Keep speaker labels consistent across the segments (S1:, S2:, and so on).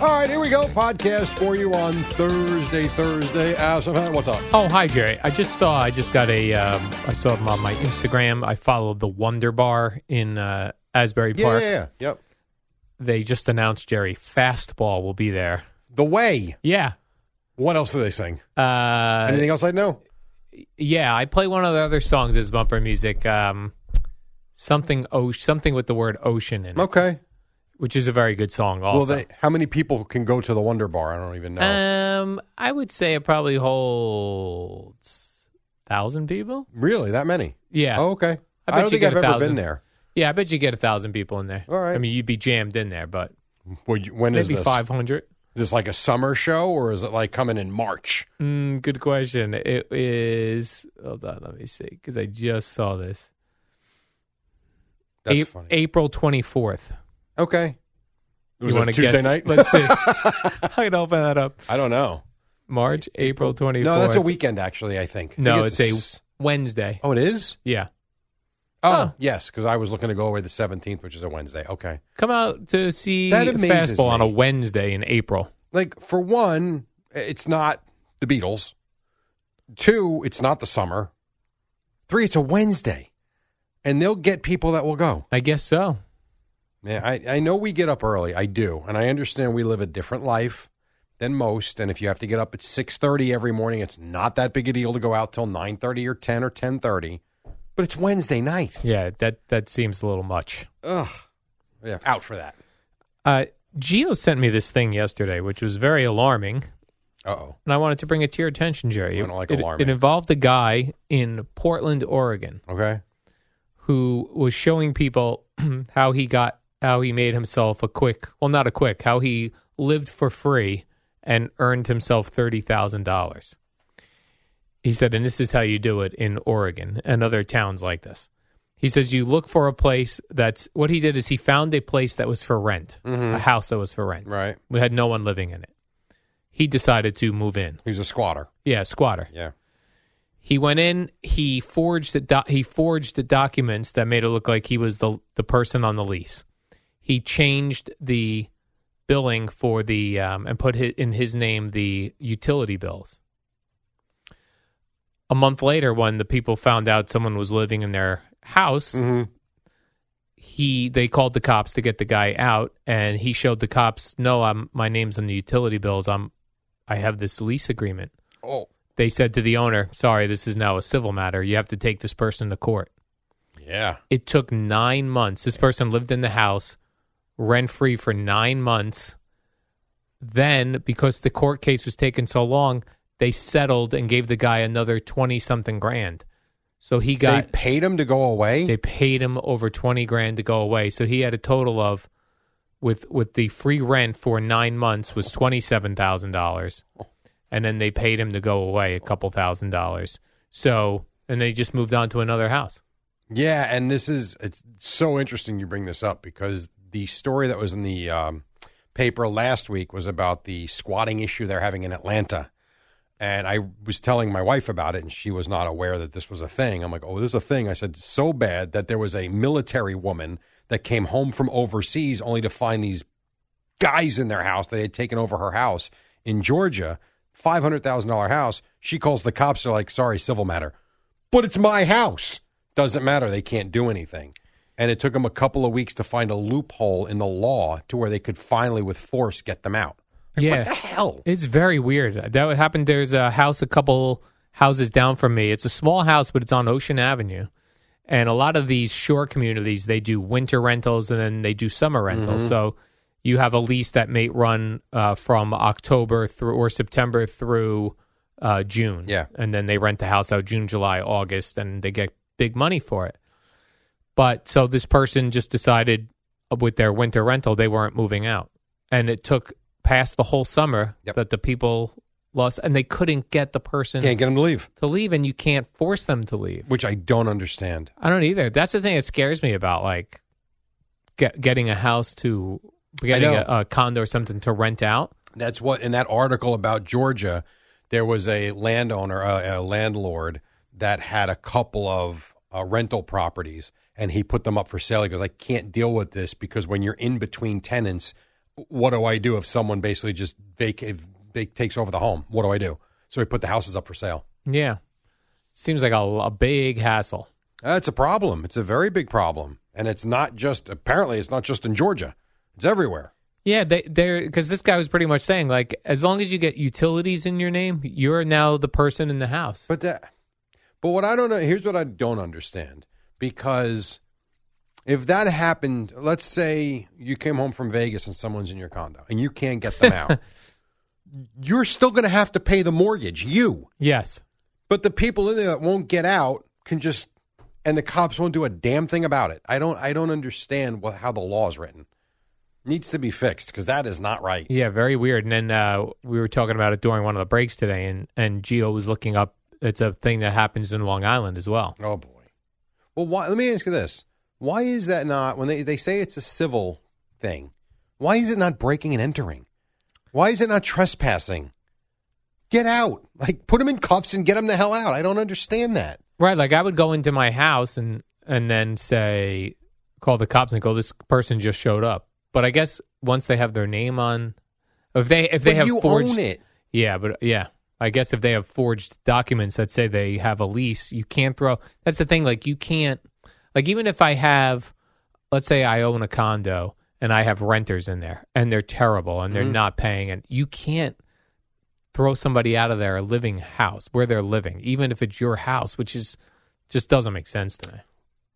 S1: All right, here we go. Podcast for you on Thursday, Thursday. Al, so, uh, what's up?
S2: Oh, hi Jerry. I just saw. I just got a. Um, I saw them on my Instagram. I followed the Wonder Bar in uh, Asbury
S1: Yeah, yeah,
S2: Park.
S1: yeah. Yep.
S2: They just announced Jerry fastball will be there.
S1: The Way.
S2: Yeah.
S1: What else do they sing?
S2: Uh,
S1: Anything else I know?
S2: yeah. I play one of the other songs as bumper music. Um, something oh, something with the word ocean in it,
S1: Okay.
S2: which is a very good song.
S1: Well,
S2: Also.
S1: they, how many people can go to the Wonder Bar? I don't even know.
S2: Um, I would say it probably holds thousand people.
S1: really, that many?
S2: Yeah.
S1: Oh, okay.
S2: I
S1: I,
S2: bet
S1: don't
S2: you
S1: think
S2: get
S1: I've
S2: a
S1: ever
S2: thousand.
S1: been there.
S2: Yeah, I bet you get a thousand people in there.
S1: All right.
S2: I mean, you'd be jammed in there, but
S1: Well, you, when is
S2: maybe
S1: this?
S2: five hundred.
S1: Is this like a summer show or is it like coming in March?
S2: Mm, good question. It is. Hold on, let me see, because I just saw this.
S1: That's
S2: A-
S1: funny.
S2: April twenty fourth.
S1: okay. It was
S2: you
S1: a
S2: want to
S1: Tuesday
S2: guess?
S1: night?
S2: Let's see. I can open that up.
S1: I don't know.
S2: March, April twenty fourth.
S1: No, that's a weekend, actually, I think. I
S2: No,
S1: think
S2: it's
S1: s-
S2: a Wednesday.
S1: Oh, it is?
S2: Yeah,
S1: Oh,
S2: Oh.
S1: yes, because I was looking to go away the 17th, which is a Wednesday. Okay.
S2: come out to see
S1: That amazes
S2: fastball on a
S1: me.
S2: Wednesday in April.
S1: Like, for one, it's not the Beatles. Two, it's not the summer. Three, it's a Wednesday. And they'll get people that will go.
S2: I guess so.
S1: Man, I, I know we get up early. I do. And I understand we live a different life than most. And if you have to get up at 6.30 every morning, it's not that big a deal to go out till 9.30 or 10 or 10.30. But it's Wednesday night.
S2: Yeah, that that seems a little much.
S1: Ugh. Yeah, out for that.
S2: Uh, Geo sent me this thing yesterday, which was very alarming.
S1: Uh-oh.
S2: and I wanted to bring it to your attention, Jerry.
S1: I don't like
S2: it,
S1: alarming.
S2: It involved a guy in Portland, Oregon,
S1: Okay.
S2: who was showing people how he got, how he made himself a quick, well, not a quick, how he lived for free and earned himself thirty thousand dollars. He said, and this is how you do it in Oregon and other towns like this. He says you look for a place that's what he did is he found a place that was for rent, a house that was for rent.
S1: Right.
S2: We had no one living in it. He decided to move in.
S1: He's a squatter.
S2: Yeah, squatter.
S1: Yeah.
S2: He went in. He forged the doc he forged the documents that made it look like he was the the person on the lease. He changed the billing for the um, and put hi in his name the utility bills. A month later, when the people found out someone was living in their house, he they called the cops to get the guy out, and he showed the cops, "No, I'm my name's on the utility bills. I'm I have this lease agreement."
S1: Oh.
S2: they said to the owner, sorry, this is now a civil matter. You have to take this person to court.
S1: Yeah.
S2: It took nine months. This person lived in the house rent free for nine months. Then, because the court case was taking so long, they settled and gave the guy another 20 something grand. So he got
S1: they paid him to go away.
S2: they paid him over 20 grand to go away so he had a total of with with the free rent for 9 months was $27,000 and then they paid him to go away a couple thousand dollars so and they just moved on to another house
S1: yeah, and this is it's so interesting you bring this up because the story that was in the um, paper last week was about the squatting issue they're having in Atlanta. And I was telling my wife about it, and she was not aware that this was a thing. I'm like, oh, this is a thing. I said, so bad that there was a military woman that came home from overseas only to find these guys in their house. They had taken over her house in Georgia, $500,000 house. She calls the cops. They're like, sorry, civil matter. But it's my house. Doesn't matter. They can't do anything. And it took them a couple of weeks to find a loophole in the law to where they could finally, with force, get them out.
S2: yeah
S1: What the hell?
S2: It's very weird. That happened. There's a house a couple houses down from me. It's a small house, but it's on Ocean Avenue. And a lot of these shore communities, they do winter rentals and then they do summer rentals. So you have a lease that may run uh, from October through or September through uh, June.
S1: Yeah.
S2: And then they rent the house out June, July, August, and they get big money for it. But so this person just decided with their winter rental, they weren't moving out. And it took past the whole summer
S1: Yep.
S2: that the people lost, and they couldn't get the person
S1: Can't get them to leave,
S2: to leave, and you can't force them to leave.
S1: which I don't understand.
S2: I don't either. That's the thing that scares me about like get, getting a house to getting
S1: know.
S2: a, a condo or something to rent out.
S1: That's what in that article about Georgia, there was a landowner, uh, a, a landlord that had a couple of uh, rental properties, and he put them up for sale. He goes, "I can't deal with this because when you're in between tenants, what do I do if someone basically just vac- if vac- takes over the home? What do I do?" So he put the houses up for sale.
S2: Yeah, seems like a, a big hassle.
S1: That's a problem. It's a very big problem, and it's not just apparently it's not just in Georgia. It's everywhere.
S2: Yeah, they they because this guy was pretty much saying like as long as you get utilities in your name, you're now the person in the house.
S1: But that, but what I don't know, here's what I don't understand because if that happened, let's say you came home from Vegas and someone's in your condo and you can't get them out, you're still going to have to pay the mortgage, you.
S2: yes,
S1: But the people in there that won't get out can just, and the cops won't do a damn thing about it. I don't, I don't understand what, how the law is written. Needs to be fixed because that is not right.
S2: Yeah, very weird. And then uh, we were talking about it during one of the breaks today, and and Gio was looking up. It's a thing that happens in Long Island as well.
S1: Oh boy. Well, why, let me ask you this: Why is that not when they they say it's a civil thing? Why is it not breaking and entering? Why is it not trespassing? Get out! Like put them in cuffs and get them the hell out. I don't understand that.
S2: Right, like I would go into my house and and then say, call the cops and go, this person just showed up. But I guess once they have their name on, if they if they
S1: But
S2: have
S1: you
S2: forged,
S1: own it.
S2: yeah, but yeah, I guess if they have forged documents that say they have a lease, you can't throw. That's the thing, like you can't, like even if I have, let's say I own a condo and I have renters in there and they're terrible and they're
S1: Mm-hmm.
S2: not paying, and you can't throw somebody out of their living house where they're living, even if it's your house, which is just doesn't make sense to me.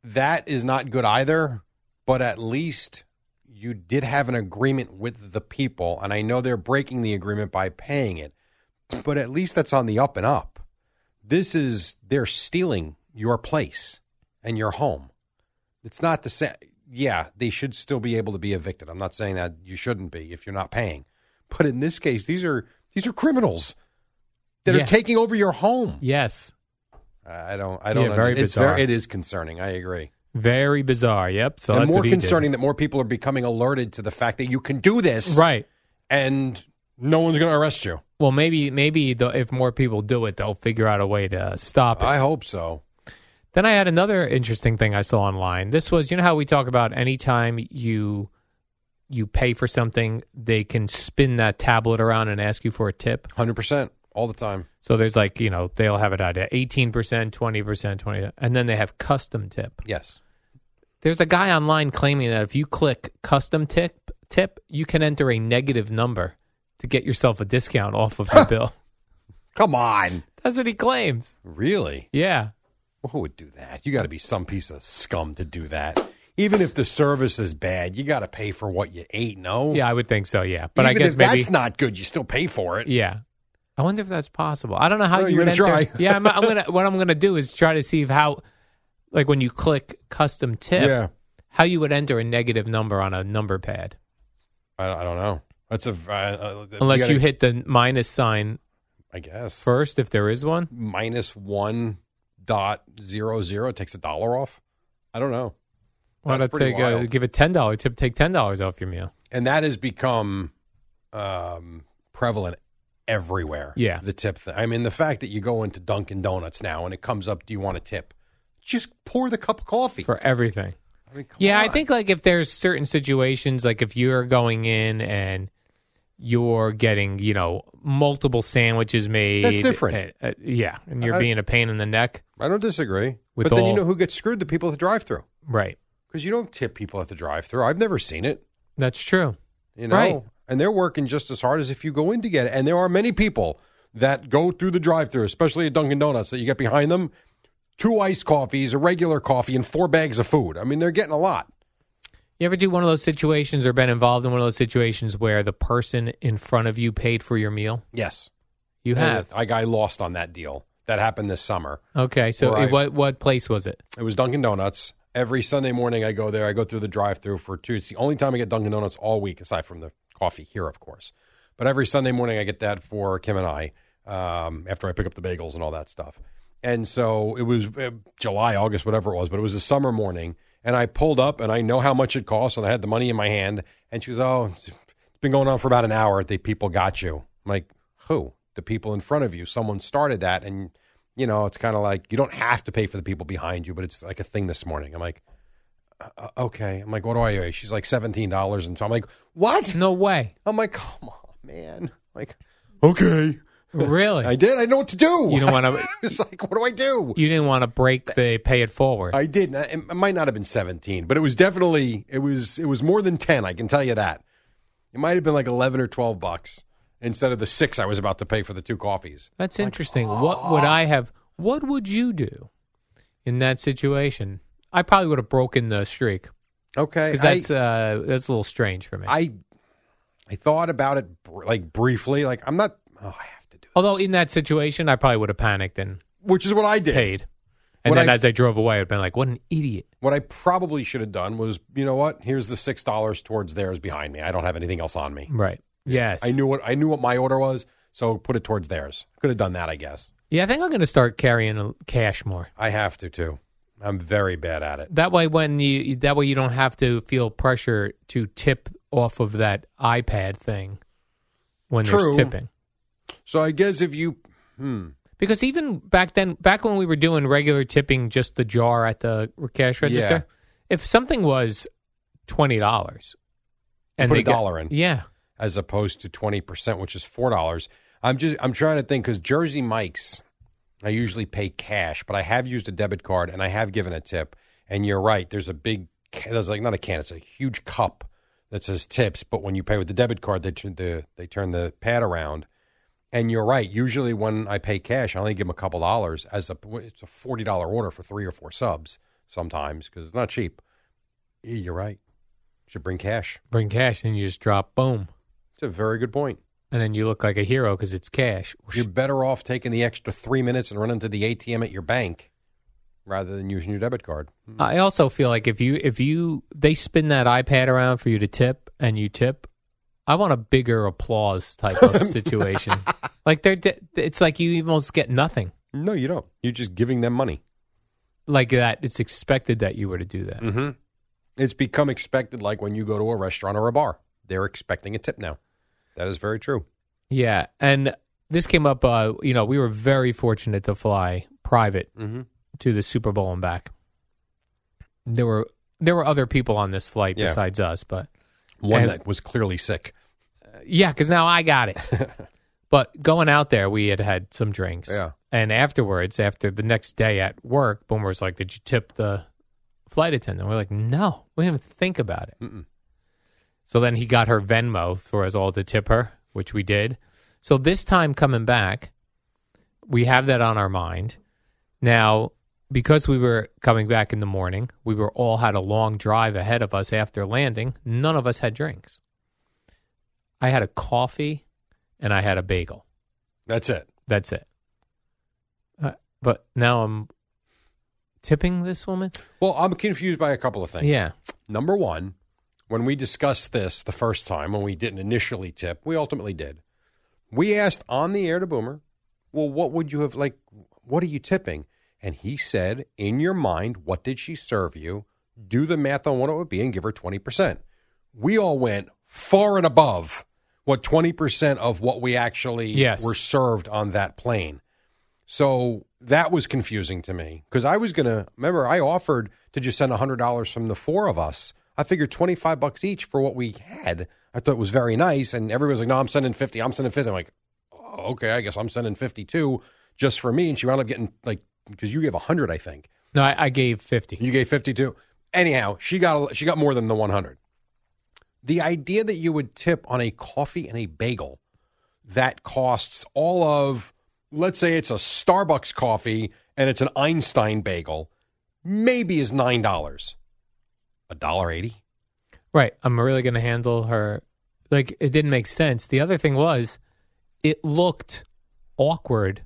S1: That is not good either. But at least you did have an agreement with the people, and I know they're breaking the agreement by paying it. But at least that's on the up and up. This is they're stealing your place and your home. It's not the same. Yeah, they should still be able to be evicted. I'm not saying that you shouldn't be if you're not paying. But in this case, these are these are criminals that
S2: Yeah.
S1: are taking over your home.
S2: Yes,
S1: I don't. I don't.
S2: Yeah, very
S1: under- it's
S2: bizarre.
S1: It is concerning. I agree
S2: very bizarre. Yep. So
S1: and
S2: that's
S1: more
S2: what he did.
S1: concerning that more people are becoming alerted to the fact that you can do this,
S2: right?
S1: and no one's going to arrest you.
S2: Well, maybe maybe the, if more people do it, they'll figure out a way to stop it.
S1: I hope so.
S2: Then I had another interesting thing I saw online. This was, you know how we talk about anytime you you pay for something, they can spin that tablet around and ask you for a tip.
S1: Hundred percent, all the time.
S2: So there's like, you know, they'll have it out at 18%, 20%, 20 and then they have custom tip.
S1: Yes,
S2: There's a guy online claiming that if you click custom tip tip, you can enter a negative number to get yourself a discount off of your bill.
S1: come on,
S2: That's what he claims.
S1: really?
S2: Yeah.
S1: Who would do that? You got to be some piece of scum to do that. Even if the service is bad, you got to pay for what you ate. No,
S2: Yeah, I would think so, yeah. But
S1: Even
S2: I guess
S1: if
S2: maybe
S1: that's not good. You still pay for it.
S2: Yeah. I wonder if that's possible. I don't know how
S1: Well,
S2: you
S1: you're
S2: would
S1: gonna
S2: enter-
S1: try.
S2: yeah, I'm, I'm gonna. What I'm gonna do is try to see if how, like when you click custom tip,
S1: Yeah.
S2: how you would enter a negative number on a number pad,
S1: I, I don't know. That's a uh, uh,
S2: unless
S1: gotta-
S2: you hit the minus sign
S1: I guess
S2: first, if there is one.
S1: minus one dot zero zero takes a dollar off. I don't know,
S2: Why
S1: That's
S2: not
S1: pretty
S2: take a,
S1: wild.
S2: give a ten dollar tip? Take ten dollars off your meal.
S1: and that has become um, prevalent everywhere.
S2: Yeah.
S1: the tip thing. I mean, the fact that you go into Dunkin' Donuts now and it comes up, do you want a tip? Just pour the cup of coffee.
S2: for everything.
S1: I mean, come
S2: Yeah, I
S1: on.
S2: think like if there's certain situations, like if you're going in and you're getting, you know, multiple sandwiches made.
S1: different.
S2: uh, uh, yeah, and you're
S1: I-
S2: being a pain in the neck.
S1: I don't disagree.
S2: With
S1: but then you
S2: all-
S1: know who gets screwed? The people at the drive-through,
S2: Right.
S1: because you don't tip people at the drive-through. I've never seen it.
S2: That's true.
S1: you know
S2: Right.
S1: and they're working just as hard as if you go in to get it and there are many people that go through the drive-through especially at dunkin' donuts that you get behind them two iced coffees a regular coffee and four bags of food i mean they're getting a lot
S2: You ever do one of those situations or been involved in one of those situations where the person in front of you paid for your meal?
S1: yes
S2: You have.
S1: i got lost on that deal that happened this summer
S2: Okay, so
S1: Right.
S2: it, what what place was it?
S1: it was dunkin' donuts every sunday morning i go there i go through the drive-through for two it's the only time i get dunkin' donuts all week aside from the coffee here of course but every sunday morning i get that for kim and i um, after i pick up the bagels and all that stuff and so it was uh, july august whatever it was but it was a summer morning and i pulled up and i know how much it costs and i had the money in my hand and she was oh it's been going on for about an hour the people got you i'm like who the people in front of you someone started that and you know, it's kind of like you don't have to pay for the people behind you, but it's like a thing this morning. I'm like, uh, okay. I'm like, what do I owe? you? She's like seventeen dollars, and so I'm like, what?
S2: No way.
S1: I'm like, come on, man. Like, okay,
S2: Really?
S1: I did. I know what to do.
S2: You don't wanna-
S1: it's like, what do I do?
S2: you didn't want to break the pay it forward.
S1: I did. not- It might not have been seventeen, but it was definitely it was it was more than ten. I can tell you that. It might have been like eleven or twelve bucks instead of the six I was about to pay for the two coffees.
S2: That's interesting. What would I have? What would you do in that situation? I probably would have broken the streak
S1: Okay,
S2: because
S1: I-
S2: that's uh, that's a little strange for me.
S1: I I thought about it br- like briefly. Like I'm not. Oh, I have to do it.
S2: Although in that situation, I probably would have panicked and
S1: Which is what I did.
S2: paid. And
S1: What
S2: then
S1: I-
S2: as I drove away, I'd been like, "What an idiot!"
S1: What I probably should have done was, you know what? Here's the six dollars towards theirs behind me. I don't have anything else on me.
S2: Right? Yes.
S1: I knew what I knew what my order was, so put it towards theirs. Could have done that, I guess.
S2: Yeah, I think I'm going to start carrying uh, cash more.
S1: I have to too. I'm very bad at it.
S2: That way, when you that way you don't have to feel pressure to tip off of that iPad thing when
S1: True.
S2: there's tipping.
S1: So I guess if you, hmm,
S2: Because even back then, back when we were doing regular tipping, just the jar at the cash register,
S1: Yeah.
S2: if something was twenty dollars,
S1: put
S2: they
S1: a
S2: got-
S1: dollar in.
S2: yeah,
S1: as opposed to 20%, which is $4. I'm just I'm trying to think cuz Jersey Mike's I usually pay cash, but I have used a debit card and I have given a tip. And you're right, there's a big ca- there's like not a can, it's a huge cup that says tips, but when you pay with the debit card, they turn the they turn the pad around. And you're right. Usually, when I pay cash, I only give them a couple dollars. As a, it's a forty dollar order for three or four subs sometimes because it's not cheap. Yeah, You're right. Should bring cash.
S2: bring cash and you just drop boom,
S1: It's a very good point.
S2: and then you look like a hero because it's cash.
S1: You're better off taking the extra three minutes and running to the ATM at your bank rather than using your debit card.
S2: I also feel like if you if you they spin that iPad around for you to tip and you tip, I want a bigger applause type of situation. like they're di- it's like you almost get nothing
S1: No, you don't. You're just giving them money.
S2: like that. It's expected that you were to do that.
S1: Mm-hmm. It's become expected, like when you go to a restaurant or a bar, they're expecting a tip now. That is very true.
S2: Yeah, and this came up. Uh, you know, we were very fortunate to fly private
S1: Mm-hmm.
S2: to the Super Bowl and back. There were there were other people on this flight
S1: Yeah.
S2: besides us, but
S1: One
S2: And-
S1: that was clearly sick.
S2: yeah, because now I got it. but going out there, we had had some drinks.
S1: Yeah.
S2: and afterwards, after the next day at work, Boomer was like, "Did you tip the flight attendant?" We're like, "No, we didn't even think about it."
S1: Mm-mm.
S2: So then he got her Venmo for us all to tip her, which we did. So this time coming back, we have that on our mind. Now, because we were coming back in the morning, we were all had a long drive ahead of us after landing. None of us had drinks. I had a coffee and I had a bagel.
S1: That's it.
S2: That's it. Uh, but now I'm tipping this woman.
S1: Well, I'm confused by a couple of things.
S2: Yeah.
S1: Number one, when we discussed this the first time, when we didn't initially tip, we ultimately did. We asked on the air to Boomer, well, what would you have, like, what are you tipping? And he said, in your mind, what did she serve you? Do the math on what it would be and give her 20%. We all went far and above what 20% of what we actually
S2: Yes.
S1: were served on that plane. So that was confusing to me because I was gonna remember I offered to just send hundred dollars from the four of us. I figured twenty five bucks each for what we had. I thought it was very nice, and everybody was like, "No, I'm sending fifty. I'm sending 50. I'm like, "Oh, "Okay, I guess I'm sending fifty two just for me." And she wound up getting like because you gave hundred, I think.
S2: No, I, I gave 50.
S1: You gave 52. Anyhow, she got a, she got more than the 100. The idea that you would tip on a coffee and a bagel that costs all of let's say it's a Starbucks coffee and it's an Einstein bagel maybe is $9. A dollar 80?
S2: Right. I'm really going to handle her. Like, it didn't make sense. The other thing was, it looked awkward,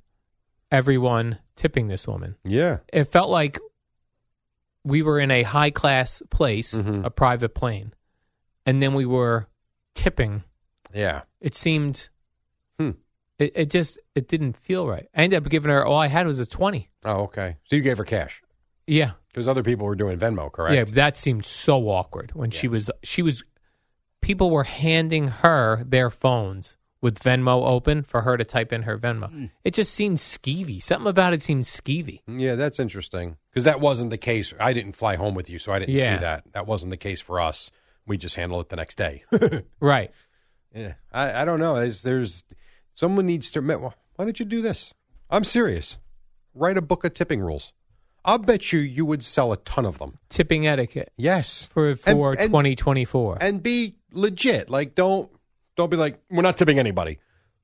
S2: everyone tipping this woman.
S1: Yeah.
S2: It felt like we were in a high class place,
S1: Mhm.
S2: a private plane, and then we were tipping.
S1: Yeah.
S2: It seemed,
S1: Hmm.
S2: it, it just, it didn't feel right. I ended up giving her, all I had was a 20.
S1: Oh, okay. So you gave her cash
S2: Yeah.
S1: because other people were doing Venmo, correct?
S2: Yeah, that seemed so awkward when she was she was people were handing her their phones with Venmo open for her to type in her Venmo.
S1: Hmm.
S2: It just seemed skeevy. Something about it seemed skeevy.
S1: Yeah, that's interesting because that wasn't the case. I didn't fly home with you, so I didn't
S2: Yeah.
S1: see that. That wasn't the case for us. We just handled it the next day.
S2: Right.
S1: Yeah, I, I don't know. There's, there's someone needs to. admit, Well, why don't you do this? I'm serious. Write a book of tipping rules. I'll bet you you would sell a ton of them.
S2: Tipping etiquette
S1: Yes,
S2: for
S1: And-
S2: for
S1: and-
S2: 2024.
S1: and be legit. Like don't don't be like we're not tipping anybody.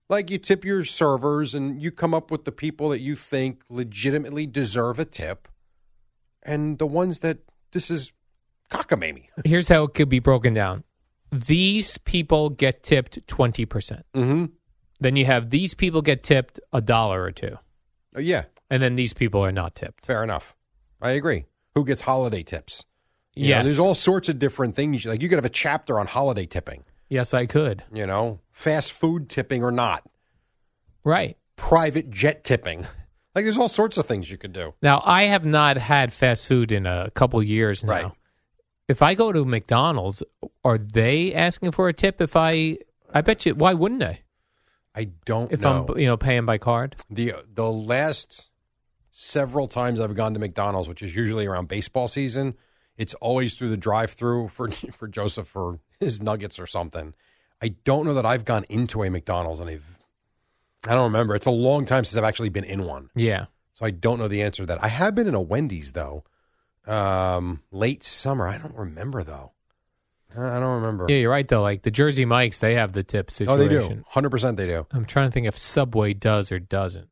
S1: Like you tip your servers and you come up with the people that you think legitimately deserve a tip, and the ones that this is cockamamie.
S2: Here's how it could be broken down. These people get tipped 20%.
S1: Mm-hmm.
S2: Then you have these people get tipped a dollar or two.
S1: Oh, Yeah,
S2: And then these people are not tipped.
S1: fair enough. I agree. Who gets holiday tips? You know,
S2: yes.
S1: there's all sorts of different things. Like you could have a chapter on holiday tipping,
S2: yes, I could.
S1: you know, fast food tipping or not,
S2: Right.
S1: private jet tipping. Like there's all sorts of things you could do.
S2: Now, I have not had fast food in a couple years now.
S1: Right.
S2: If I go to McDonald's, are they asking for a tip? If I, I bet you, why wouldn't they?
S1: I don't
S2: If
S1: know.
S2: I'm, you know, paying by card.
S1: the the last several times I've gone to McDonald's, which is usually around baseball season, it's always through the drive-through for for Joseph for his nuggets or something. I don't know that I've gone into a McDonald's and I've I don't remember. It's a long time since I've actually been in one.
S2: Yeah.
S1: So I don't know the answer to that. I have been in a Wendy's though, um, late summer. I don't remember though. I I don't remember.
S2: Yeah, you're right though. Like the Jersey Mikes, they have the tip
S1: oh,
S2: situation.
S1: they do. Hundred percent, they do.
S2: I'm trying to think if Subway does or doesn't.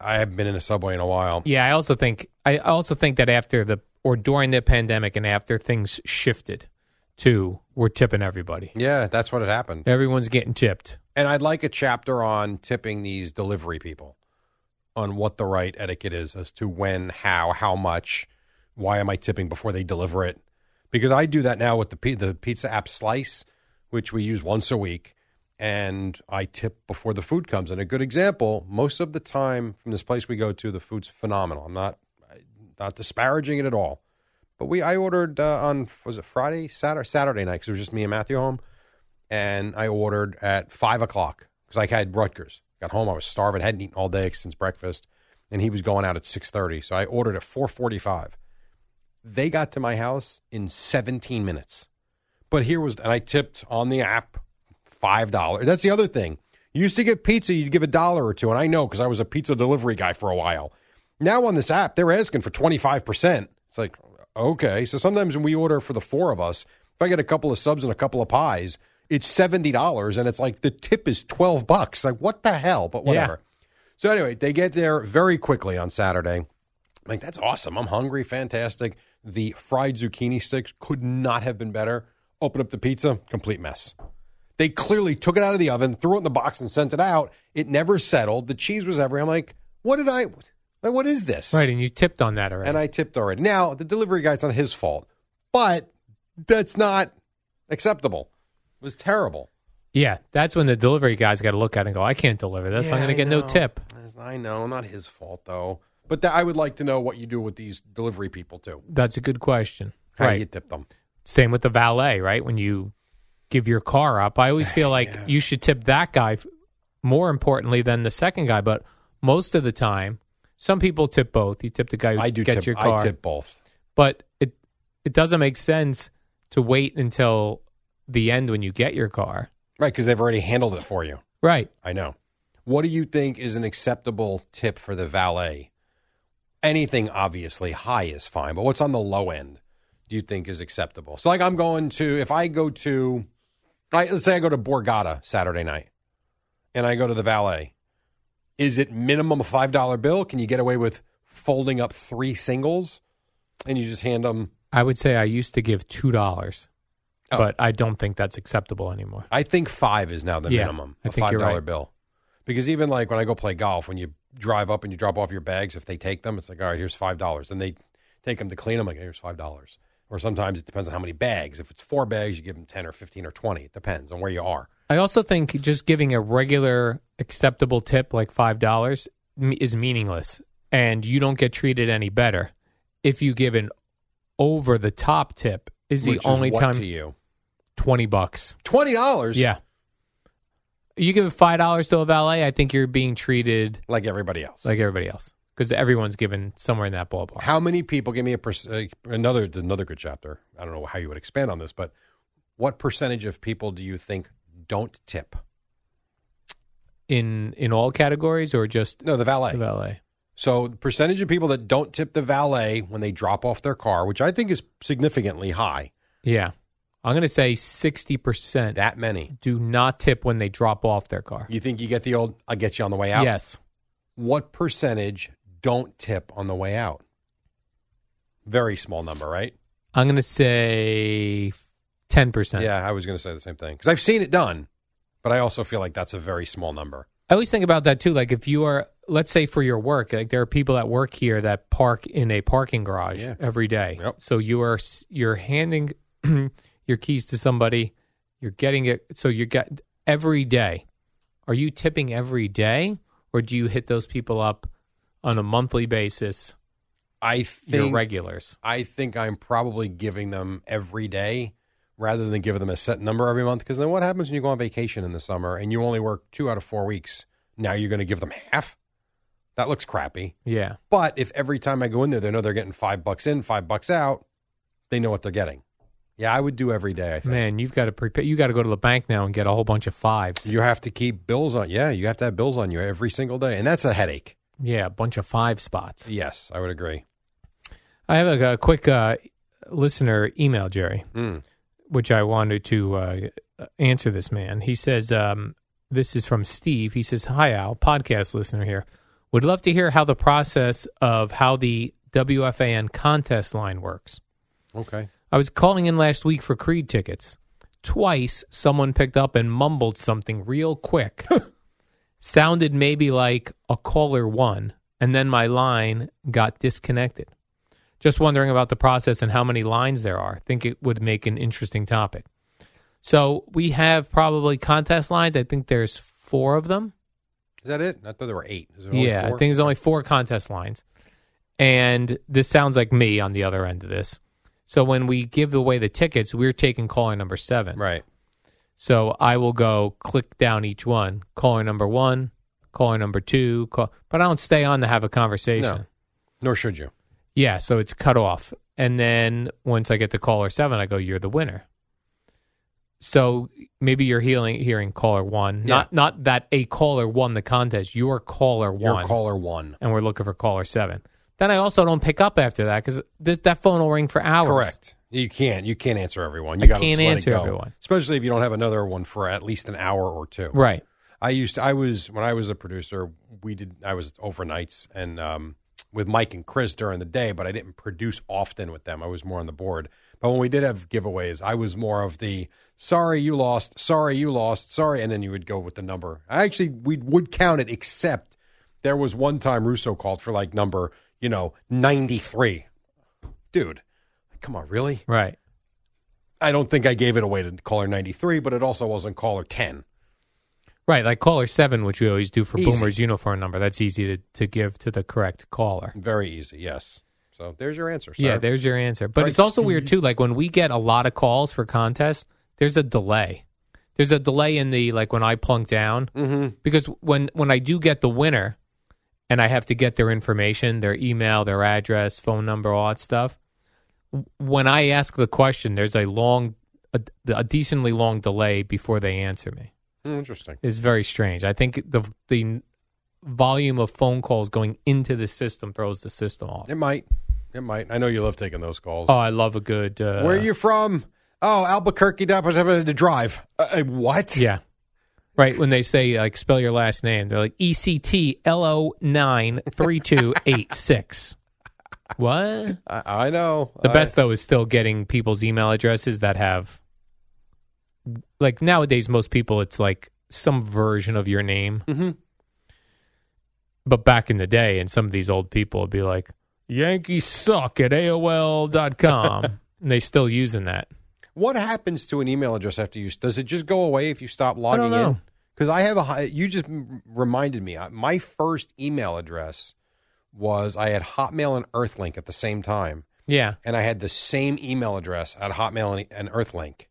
S1: I haven't been in a Subway in a while.
S2: Yeah, I also think I also think that after the or during the pandemic and after things shifted to we're tipping everybody.
S1: Yeah, that's what had happened.
S2: Everyone's getting tipped.
S1: And I'd like a chapter on tipping these delivery people, on what the right etiquette is as to when, how, how much, why am I tipping before they deliver it? Because I do that now with the pi- the pizza app Slice, which we use once a week, and I tip before the food comes. And a good example, most of the time from this place we go to, the food's phenomenal. I'm not not disparaging it at all, but we I ordered uh, on was it Friday, Saturday, Saturday night because it was just me and Matthew home and I ordered at five o'clock because I had Rutgers. Got home, I was starving, hadn't eaten all day since breakfast, and he was going out at six thirty. So I ordered at four forty-five. They got to my house in seventeen minutes, but here was and I tipped on the app five dollars. That's the other thing. You used to get pizza, you'd give a dollar or two, and I know because I was a pizza delivery guy for a while. Now on this app, they're asking for twenty five percent. It's like okay, so sometimes when we order for the four of us, if I get a couple of subs and a couple of pies, it's seventy dollars, and it's like the tip is twelve bucks. Like what the hell? But
S2: Yeah.
S1: whatever. So anyway, they get there very quickly on Saturday. I'm like, that's awesome. I'm hungry. Fantastic. The fried zucchini sticks could not have been better. Open up the pizza, complete mess. They clearly took it out of the oven, threw it in the box, and sent it out. It never settled. The cheese was everywhere. I'm like, what did I? Like, what is this?
S2: Right, and you tipped on that already.
S1: And I tipped already. Now the delivery guy, it's not his fault, but that's not acceptable. It was terrible.
S2: yeah, that's when the delivery guys got to look at it and go, I can't deliver this. I'm
S1: Yeah,
S2: going to
S1: I
S2: get
S1: know.
S2: no tip.
S1: I know, not his fault though. But th- I would like to know what you do with these delivery people too.
S2: That's a good question.
S1: How do
S2: right.
S1: you tip them?
S2: Same with the valet, right? When you give your car up, I always feel like you should tip that guy f- more importantly than the second guy. But most of the time, some people tip both. You tip the guy who
S1: I do
S2: gets
S1: tip.
S2: your car,
S1: I tip both.
S2: but it it doesn't make sense to wait until the end when you get your car.
S1: Right, because they've already handled it for you.
S2: Right.
S1: I know. What do you think is an acceptable tip for the valet? Anything obviously high is fine, but what's on the low end do you think is acceptable? So, like, I'm going to if I go to, I, let's say I go to Borgata Saturday night, and I go to the valet. Is it minimum a five dollar bill? Can you get away with folding up three singles, and you just hand them?
S2: I would say I used to give two dollars,
S1: Oh.
S2: but I don't think that's acceptable anymore.
S1: I think five is now the
S2: Yeah,
S1: minimum.
S2: I
S1: a
S2: think
S1: five
S2: you're
S1: dollar
S2: right.
S1: bill. Because even like when I go play golf, when you drive up and you drop off your bags, if they take them, it's like, all right, here's five dollars. And they take them to clean them, like here's five dollars. Or sometimes it depends on how many bags. If it's four bags, you give them ten or fifteen or twenty. It depends on where you are.
S2: I also think just giving a regular acceptable tip like five dollars is meaningless, and you don't get treated any better if you give an over the top tip. Is the
S1: which
S2: only
S1: what
S2: time
S1: to you
S2: twenty bucks?
S1: twenty dollars.
S2: Yeah, you give five dollars to a valet. I think you're being treated
S1: like everybody else.
S2: like everybody else because everyone's given somewhere in that ballpark.
S1: How many people give me a perc- uh, another another good chapter? I don't know how you would expand on this, but what percentage of people do you think don't tip?
S2: in in all categories or just
S1: No, the valet.
S2: the valet?
S1: So the percentage of people that don't tip the valet when they drop off their car, which I think is significantly high,
S2: Yeah, I'm gonna say sixty percent
S1: that many.
S2: do not tip when they drop off their car.
S1: You think you get the old I'll get you on the way out?
S2: Yes.
S1: What percentage don't tip on the way out? Very small number, right?
S2: I'm going to say 10%.
S1: Yeah, I was going to say the same thing because I've seen it done, but I also feel like that's a very small number.
S2: I always think about that too. Like if you are, let's say for your work, like there are people that work here that park in a parking garage
S1: Yeah.
S2: every day.
S1: Yep.
S2: So you are, s- you're handing your keys to somebody, you're getting it. So you get every day. Are you tipping every day or do you hit those people up on a monthly basis?
S1: I
S2: Your
S1: think
S2: regulars.
S1: I think I'm probably giving them every day rather than giving them a set number every month. Because then what happens when you go on vacation in the summer and you only work two out of four weeks? Now you're going to give them half? That looks crappy.
S2: Yeah.
S1: But if every time I go in there, they know they're getting five bucks in, five bucks out, they know what they're getting. Yeah, I would do every day. I think
S2: Man, you've got to prepare. You got to go to the bank now and get a whole bunch of fives.
S1: you have to keep bills on. Yeah, you have to have bills on you every single day, and that's a headache.
S2: yeah, a bunch of five spots.
S1: Yes, I would agree.
S2: I have a, a quick uh, listener email, Jerry,
S1: Mm.
S2: which I wanted to uh, answer this man. He says, um, This is from Steve. He says, Hi, Al, podcast listener here. Would love to hear how the process of how the WFAN contest line works.
S1: Okay.
S2: I was calling in last week for Creed tickets. Twice, someone picked up and mumbled something real quick. Sounded maybe like a caller one, and then my line got disconnected. Just wondering about the process and how many lines there are. Think it would make an interesting topic. So we have probably contest lines. I think there's four of them.
S1: Is that it? I thought there were eight. Is there only
S2: Yeah,
S1: four?
S2: I think there's only four contest lines. And this sounds like me on the other end of this. So when we give away the tickets, we're taking caller number seven.
S1: right.
S2: So I will go click down each one. Caller number one, caller number two, call, but I don't stay on to have a conversation.
S1: No. Nor should you.
S2: Yeah, so it's cut off. And then once I get to caller seven, I go, You're the winner. So maybe you're healing, hearing caller one. Not not that a caller won the contest. Your caller won
S1: Your caller one.
S2: and we're looking for caller seven. Then I also don't pick up after that because th- that phone will ring for hours.
S1: Correct. You can't. You can't answer everyone.
S2: I
S1: You got to
S2: can't
S1: let
S2: answer
S1: it go.
S2: everyone.
S1: especially if you don't have another one for at least an hour or two.
S2: Right.
S1: I used. To, I was when I was a producer. We did. I was overnights, and um, with Mike and Chris during the day, but I didn't produce often with them. I was more on the board. But when we did have giveaways, I was more of the sorry you lost, sorry you lost, sorry, and then you would go with the number. I actually we would count it, except there was one time Russo called for like number you know ninety three, dude. Come on, really?
S2: Right.
S1: I don't think I gave it away to caller 93, but it also wasn't caller 10.
S2: Right, like caller seven, which we always do for
S1: Easy.
S2: Boomer's uniform number. That's easy to, to give to the correct caller.
S1: Very easy, yes. So there's your answer, sir.
S2: Yeah, there's your answer. But
S1: Right,
S2: it's also weird too. Like when we get a lot of calls for contests, there's a delay. There's a delay in the like when I plunk down
S1: Mhm.
S2: because when when I do get the winner, and I have to get their information, their email, their address, phone number, all that stuff. w- When I ask the question, there's a long, a, a decently long delay before they answer me.
S1: Hmm, Interesting.
S2: is very strange. I think the the volume of phone calls going into the system throws the system off.
S1: It might. It might. I know you love taking those calls.
S2: Oh, I love a good. Uh,
S1: Where are you from? Oh, Albuquerque. That was having to drive. Uh, uh, what?
S2: Yeah, right. When they say like spell your last name, they're like E C T L O nine three two eight six. What?
S1: I, I know.
S2: The
S1: I-
S2: best though is still getting people's email addresses that have like nowadays most people it's like some version of your name.
S1: Mhm.
S2: But back in the day and some of these old people would be like Yankees suck at AOL.com and they still using that.
S1: What happens to an email address after you? Does it just go away if you stop
S2: don't
S1: logging
S2: know.
S1: in? Because I have a. hi- You just m- reminded me. I- My first email address was I had Hotmail and Earthlink at the same time.
S2: Yeah.
S1: and I had the same email address at Hotmail and, and Earthlink.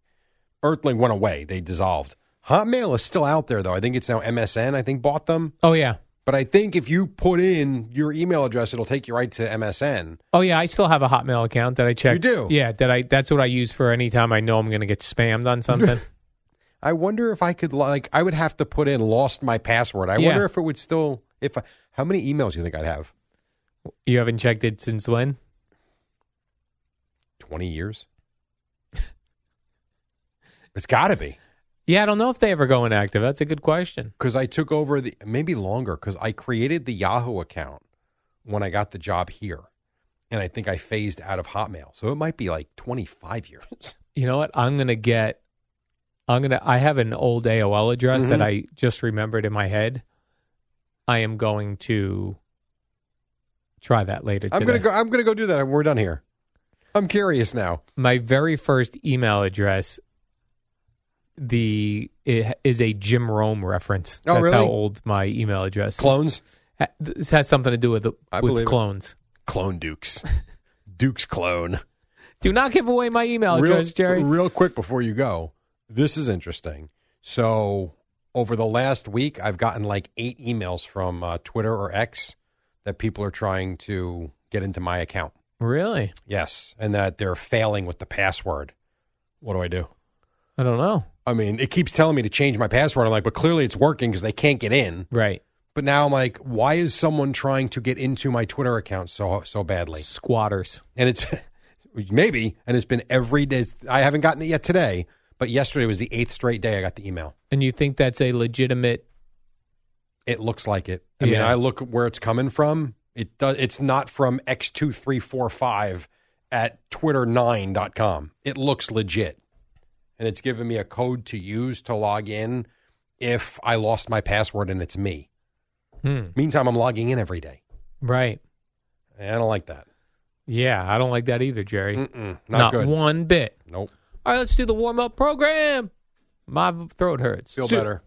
S1: Earthlink went away; they dissolved. Hotmail is still out there, though. I think it's now MSN. I think bought them,
S2: Oh yeah.
S1: but I think if you put in your email address, it'll take you right to MSN.
S2: Oh yeah, I still have a Hotmail account that I check.
S1: do?
S2: Yeah, that I that's what I use for any time I know I'm going to get spammed on something.
S1: I wonder if I could like I would have to put in lost my password. I
S2: Yeah.
S1: wonder if it would still if I, how many emails do you think I'd have?
S2: you haven't checked it since when?
S1: Twenty years. it's got to be.
S2: Yeah, I don't know if they ever go inactive. That's a good question.
S1: because I took over the maybe longer because I created the Yahoo account when I got the job here, and I think I phased out of Hotmail, so it might be like twenty five years.
S2: you know what? I'm gonna get. I'm gonna. I have an old AOL address that
S1: Mhm.
S2: I just remembered in my head. I am going to try that later.
S1: I'm
S2: today.
S1: gonna go. I'm gonna go do that. We're done here. I'm curious now.
S2: My very first email address. The it is a Jim Rome reference.
S1: Oh,
S2: That's
S1: really?
S2: how old my email address. is.
S1: Clones,
S2: Ha- Uh, This has something to do with
S1: I
S2: with
S1: believe it.
S2: clones.
S1: clone Dukes, Dukes clone.
S2: Do not give away my email
S1: real,
S2: address, Jerry.
S1: Real quick before you go, this is interesting. So over the last week, I've gotten like eight emails from uh, Twitter or X that people are trying to get into my account.
S2: Really?
S1: Yes, and that they're failing with the password. What do I do?
S2: I don't know.
S1: I mean, it keeps telling me to change my password. I'm like, but clearly it's working because they can't get in.
S2: Right.
S1: But now I'm like, why is someone trying to get into my Twitter account so so badly?
S2: Squatters.
S1: And it's maybe, and it's been every day. I haven't gotten it yet today, but yesterday was the eighth straight day I got the email.
S2: And you think that's a legitimate
S1: It looks like it. I mean,
S2: Yeah.
S1: I look where it's coming from. It does. It's not from x two three four five at twitter9.com. It looks legit, and it's giving me a code to use to log in if I lost my password and it's me.
S2: Hmm.
S1: Meantime, I'm logging in every day.
S2: Right.
S1: And I don't like that.
S2: Yeah, I don't like that either, Jerry.
S1: Mm-mm, Mm, not,
S2: Not,
S1: good.
S2: one bit.
S1: Nope.
S2: All right, let's do the warm up program. My v- throat hurts.
S1: Feel
S2: Su-
S1: better.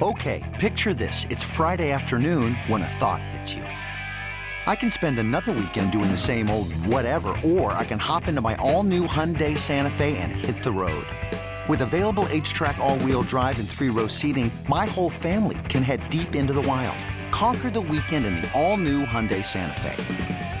S3: Okay, picture this. It's Friday afternoon when a thought hits you. I can spend another weekend doing the same old whatever, or I can hop into my all new Hyundai Santa Fe and hit the road. With available H track, all wheel drive, and three row seating, my whole family can head deep into the wild. Conquer the weekend in the all new Hyundai Santa Fe.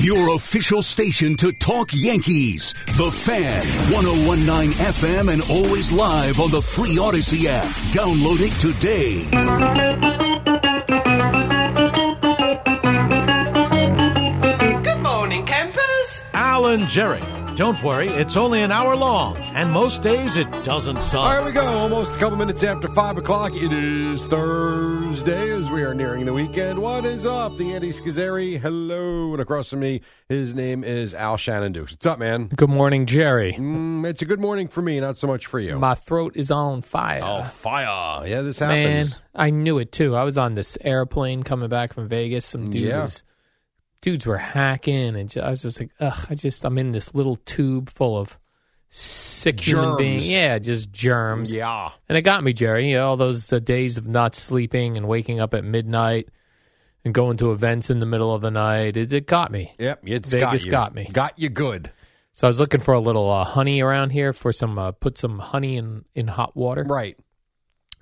S4: Your official station to talk Yankees. The Fan, 1019 FM, and always live on the free Odyssey app. Download it today.
S5: Good morning, campers.
S6: Alan Jerry. Don't worry, it's only an hour long, and most days it doesn't
S1: All right,
S6: suck.
S1: we go. Almost a couple minutes after 5 o'clock. It is Thursday as we are nearing the weekend. What is up? The Andy Scazzeri. Hello. And across from me, his name is Al Shannon Dukes. What's up, man?
S2: Good morning, Jerry.
S1: Mm, it's a good morning for me, not so much for you.
S2: My throat is on fire.
S1: oh, fire. Yeah, this
S2: Man,
S1: happens.
S2: I knew it too. I was on this airplane coming back from Vegas. Some dudes,
S1: Yeah.
S2: dudes were hacking, and ju- I was just like, ugh. I just, I'm in this little tube full of sick human
S1: Germs.
S2: beings. Yeah, just germs.
S1: Yeah.
S2: And it got me, Jerry. You know, all those uh, days of not sleeping and waking up at midnight and going to events in the middle of the night. It, it got me.
S1: Yep, it's
S2: Vegas
S1: got, you.
S2: got me.
S1: Got you good.
S2: So I was looking for a little uh, honey around here for some, uh, put some honey in in hot water.
S1: Right.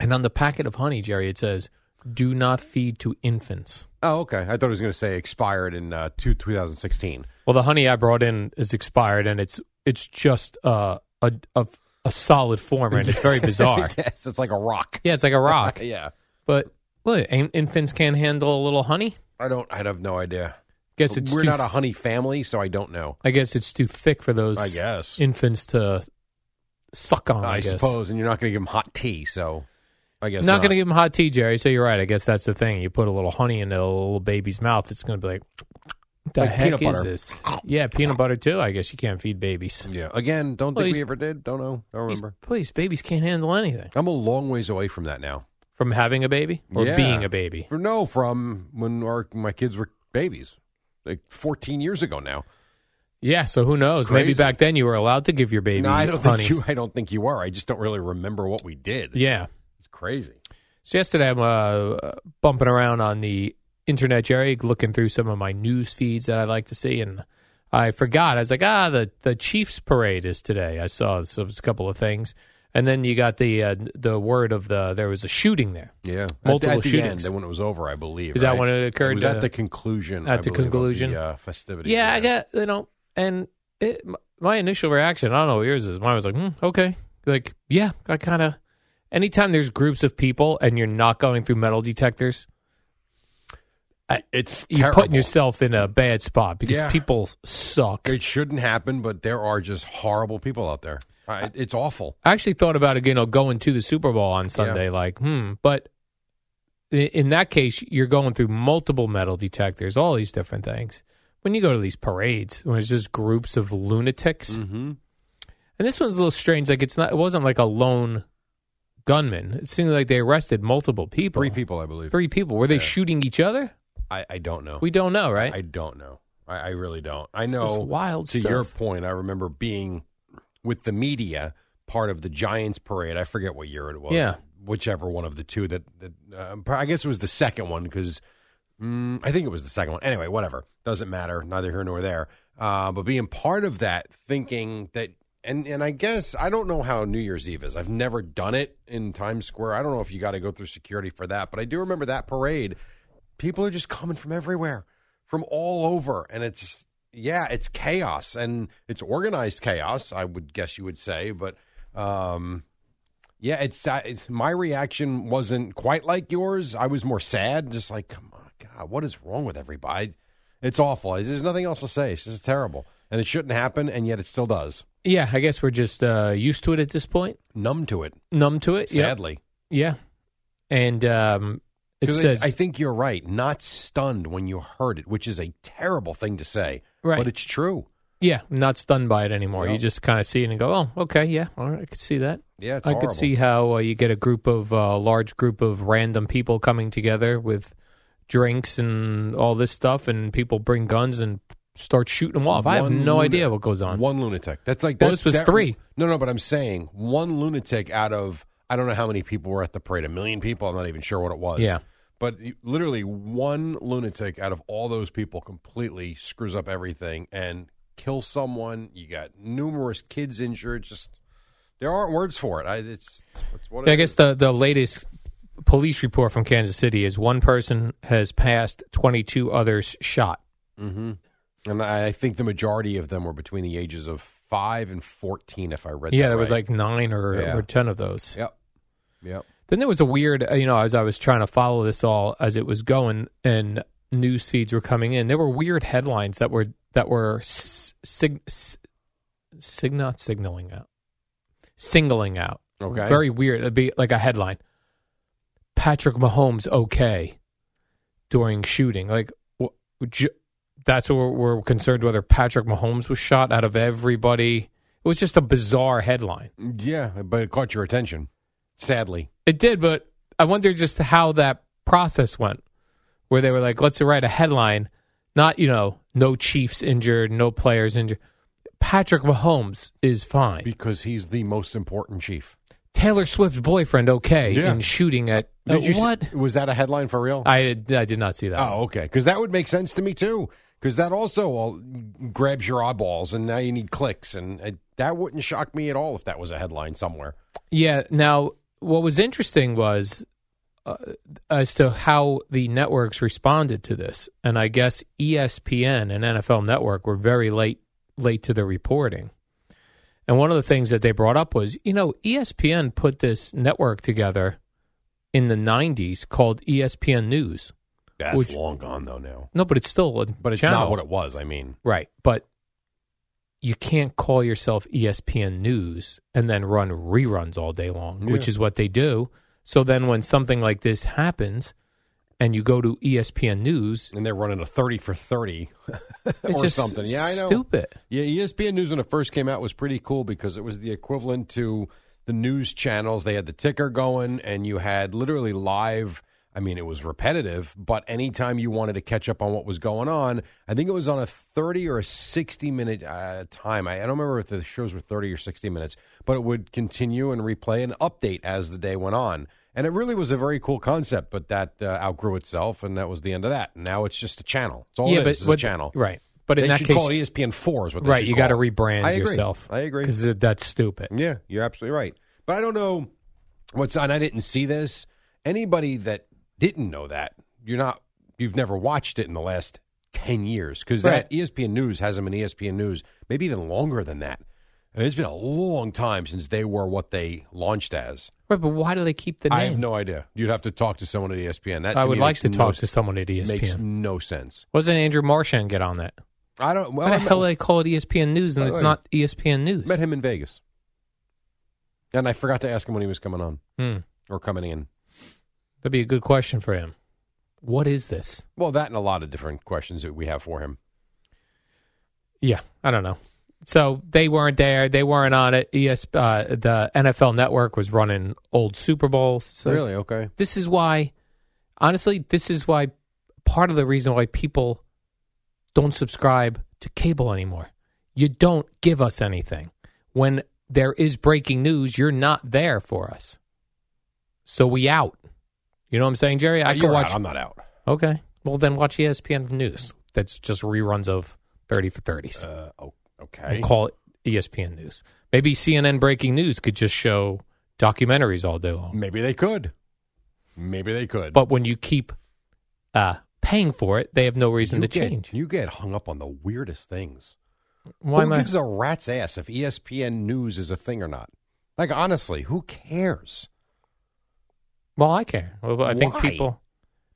S2: And on the packet of honey, Jerry, it says, "Do not feed to infants."
S1: Oh, okay. I thought it was going to say expired in uh, two, 2016.
S2: Well, the honey I brought in is expired, and it's it's just uh, a a a solid form, and it's very bizarre.
S1: yes, it's like a rock.
S2: yeah, it's like a rock.
S1: Yeah.
S2: But well, in- infants can't handle a little honey.
S1: I don't, I have no idea.
S2: Guess it's
S1: We're
S2: too,
S1: not a honey family, so I don't know.
S2: I guess it's too thick for those
S1: I guess.
S2: infants to suck on. I,
S1: I
S2: guess.
S1: suppose, and you're not going to give them hot tea, so I guess
S2: not going to give them hot tea, Jerry. So you're right. I guess that's the thing. You put a little honey in a little baby's mouth, it's going to be like, "The
S1: Like
S2: heck
S1: peanut
S2: is
S1: butter.
S2: this?" Yeah, peanut butter too. I guess you can't feed babies.
S1: Yeah, again, don't
S2: Well,
S1: think
S2: he's-
S1: we ever did. Don't know. Don't
S2: Please,
S1: remember.
S2: please, babies can't handle anything
S1: I'm a long ways away from that now.
S2: from having a baby or
S1: Yeah.
S2: being a baby.
S1: No, from when our, my kids were babies, like 14 years ago now.
S2: Yeah, so who knows? Maybe
S1: Crazy.
S2: back then you were allowed to give your baby
S1: no, I don't
S2: honey.
S1: think you. I don't think you are. I just don't really remember what we did.
S2: yeah.
S1: it's crazy.
S2: So yesterday I'm uh, bumping around on the internet, Jerry, looking through some of my news feeds that I like to see, and I forgot. I was like, ah, the the Chiefs parade is today. I saw some, a couple of things, and then you got the uh, the word of the there was a shooting there.
S1: Yeah,
S2: Multiple
S1: at, at the
S2: shootings.
S1: End, and when it was over, I believe
S2: Is that
S1: right?
S2: when it occurred,
S1: was
S2: uh,
S1: at the conclusion.
S2: at
S1: I
S2: the
S1: believe, of
S2: conclusion?
S1: the, uh, festivities.
S2: Yeah, I got you know, and it, m- my initial reaction, I don't know what yours is. Mine was like, hmm, okay, like yeah, I kind of. Anytime there's groups of people and you're not going through metal detectors,
S1: It's
S2: you're
S1: terrible.
S2: putting yourself in a bad spot because
S1: Yeah.
S2: people suck.
S1: It shouldn't happen, but there are just horrible people out there. I, it's awful.
S2: I actually thought about you know going to the Super Bowl on Sunday, like hmm, but i- in that case, you're going through multiple metal detectors, all these different things. When you go to these parades, when it's just groups of lunatics,
S1: Mm-hmm.
S2: and this one's a little strange. Like it's not, it wasn't like a lone gunman. It seemed like they arrested multiple people.
S1: Three people, I believe.
S2: Three people. Were they shooting each other?
S1: I, I don't know.
S2: We don't know, right?
S1: I don't know. I, I really don't. I
S2: is
S1: know.
S2: wild
S1: To your
S2: stuff.
S1: point, I remember being with the media part of the Giants parade. I forget what year it was.
S2: Yeah.
S1: Whichever one of the two that, that uh, I guess it was the second one because mm, I think it was the second one. Anyway, whatever. Doesn't matter. Neither here nor there. Uh, but being part of that, thinking that, and, and I guess I don't know how New Year's Eve is. I've never done it in Times Square. I don't know if you got to go through security for that, but I do remember that parade people are just coming from everywhere, from all over, and it's yeah, it's chaos and it's organized chaos. I would guess you would say, but um, yeah, it's, uh, it's my reaction wasn't quite like yours. I was more sad, just like come on, God, what is wrong with everybody? It's awful. There's nothing else to say. It's just terrible. And it shouldn't happen, and yet it still does.
S2: Yeah, I guess we're just uh, used to it at this point,
S1: Numb to it,
S2: numb to it. Yep.
S1: sadly.
S2: Yeah. And um, it
S1: 'Cause
S2: says,
S1: I think you're right. Not stunned when you heard it, which is a terrible thing to say.
S2: Right.
S1: But it's true.
S2: yeah, I'm not stunned by it anymore.
S1: No.
S2: You just kind of see it and go, oh, okay, yeah, all right, I could see that.
S1: Yeah, it's
S2: I
S1: horrible.
S2: could see how uh, you get a group of uh, large group of random people coming together with drinks and all this stuff, and people bring guns and start shooting them off. I have
S1: One
S2: no
S1: lunatic.
S2: idea what goes on.
S1: One lunatic. That's like
S2: Well,
S1: that's,
S2: this was
S1: that-
S2: three.
S1: No, no, but I'm saying one lunatic out of I don't know how many people were at the parade. A million people. I'm not even sure what it was.
S2: Yeah.
S1: But you- literally one lunatic out of all those people completely screws up everything and kills someone. You got numerous kids injured. Just there aren't words for it. I, it's, it's what it
S2: I guess
S1: is.
S2: the, the latest police report from Kansas City is one person has passed, 22 others shot.
S1: and I I think the majority of them were between the ages of five and fourteen. If I read,
S2: yeah,
S1: that
S2: there was
S1: right.
S2: like nine or,
S1: Yeah.
S2: or 10 of those.
S1: yep, yep.
S2: Then there was a weird, uh, you know, as I was trying to follow this all as it was going and news feeds were coming in, there were weird headlines that were that were s- sig, s- sig not signaling out, singling out.
S1: Okay.
S2: Very weird. It'd be like a headline: Patrick Mahomes okay during shooting. Like wh- would you- that's what we're, we're concerned whether Patrick Mahomes was shot out of everybody. It was just a bizarre headline.
S1: Yeah, but it caught your attention. Sadly,
S2: It did, but I wonder just how that process went, where they were like, let's write a headline, not you know, no Chiefs injured, no players injured. Patrick Mahomes is fine.
S1: because he's the most important chief.
S2: Taylor Swift's boyfriend okay
S1: Yeah.
S2: in shooting at uh,
S1: Did you see-
S2: what?
S1: was that a headline for real?
S2: I did, I did not see that.
S1: oh, okay. Because that would make sense to me too. Because that also all grabs your eyeballs, and now you need clicks, and uh that wouldn't shock me at all if that was a headline somewhere.
S2: Yeah. Now, what was interesting was uh, as to how the networks responded to this, and I guess E ESPN and NFL Network were very late late to the reporting. And one of the things that they brought up was, you know, E ESPN put this network together in the '90s called E ESPN News.
S1: That's
S2: Which-
S1: long gone though now.
S2: No, but it's still a
S1: But it's not what it was. I mean,
S2: right. But you can't call yourself E ESPN News and then run reruns all day long, which
S1: Yeah.
S2: is what they do. So then, when something like this happens, and you go to E ESPN News,
S1: and they're running a thirty for thirty
S2: it's
S1: or
S2: just
S1: something. Yeah, I know.
S2: Stupid.
S1: Yeah, E ESPN News when it first came out was pretty cool because it was the equivalent to the news channels. They had the ticker going, and you had literally live. I mean, it was repetitive, but anytime you wanted to catch up on what was going on, I think it was on a 30 or a 60 minute uh, time. I, I don't remember if the shows were 30 or 60 minutes, but it would continue and replay and update as the day went on. And it really was a very cool concept, but that uh, outgrew itself, and that was the end of that. And now it's just a channel. It's all
S2: yeah,
S1: it
S2: but
S1: is, is
S2: what-
S1: a channel.
S2: Right. But in
S1: They
S2: that
S1: should
S2: case,
S1: call it E ESPN four is what they
S2: right,
S1: should
S2: you got to
S1: call it.
S2: rebrand
S1: I agree.
S2: yourself.
S1: I agree.
S2: because that's stupid.
S1: Yeah, you're absolutely right. But I don't know what's and I didn't see this. Anybody that didn't know that you're not you've never watched it in the last ten years because
S2: Right.
S1: that E ESPN News hasn't been ESPN News maybe even longer than that. I mean, it's been a long time since they were what they launched as.
S2: Right, but why do they keep the name?
S1: I have no idea. You'd have to talk to someone at E ESPN. That
S2: I
S1: to
S2: would
S1: me
S2: like
S1: makes
S2: to
S1: no
S2: talk
S1: s-
S2: to someone at E ESPN.
S1: Makes no sense.
S2: Wasn't Andrew Marchand get on that?
S1: I don't. Well,
S2: Why the
S1: I'm-
S2: hell they call it E ESPN News and
S1: By the
S2: it's
S1: way,
S2: not E ESPN News?
S1: Oh, Met him in Vegas. And I forgot to ask him when he was coming on
S2: Hmm.
S1: or coming in.
S2: That'd be a good question for him. What is this?
S1: Well, that and a lot of different questions that we have for him.
S2: Yeah, I don't know. So they weren't there. They weren't on it. ES, uh, the NFL Network was running old Super Bowls. So
S1: really? Okay.
S2: This is why, honestly, this is why part of the reason why people don't subscribe to cable anymore. You don't give us anything. When there is breaking news, you're not there for us. So we out. You know what I'm saying, Jerry? I
S1: You're
S2: can watch.
S1: out. I'm not out.
S2: Okay. Well, then watch E ESPN News. That's just reruns of 30 for 30s.
S1: Uh, oh, okay.
S2: and call it E ESPN News. Maybe CNN Breaking News could just show documentaries all day long.
S1: Maybe they could. Maybe they could.
S2: But when you keep uh, paying for it, they have no reason
S1: you
S2: to
S1: get,
S2: change.
S1: You get hung up on the weirdest things.
S2: Why
S1: who
S2: am I?
S1: gives a rat's ass if E ESPN News is a thing or not? Like honestly, who cares?
S2: well, I care. Well, I think
S1: Why?
S2: people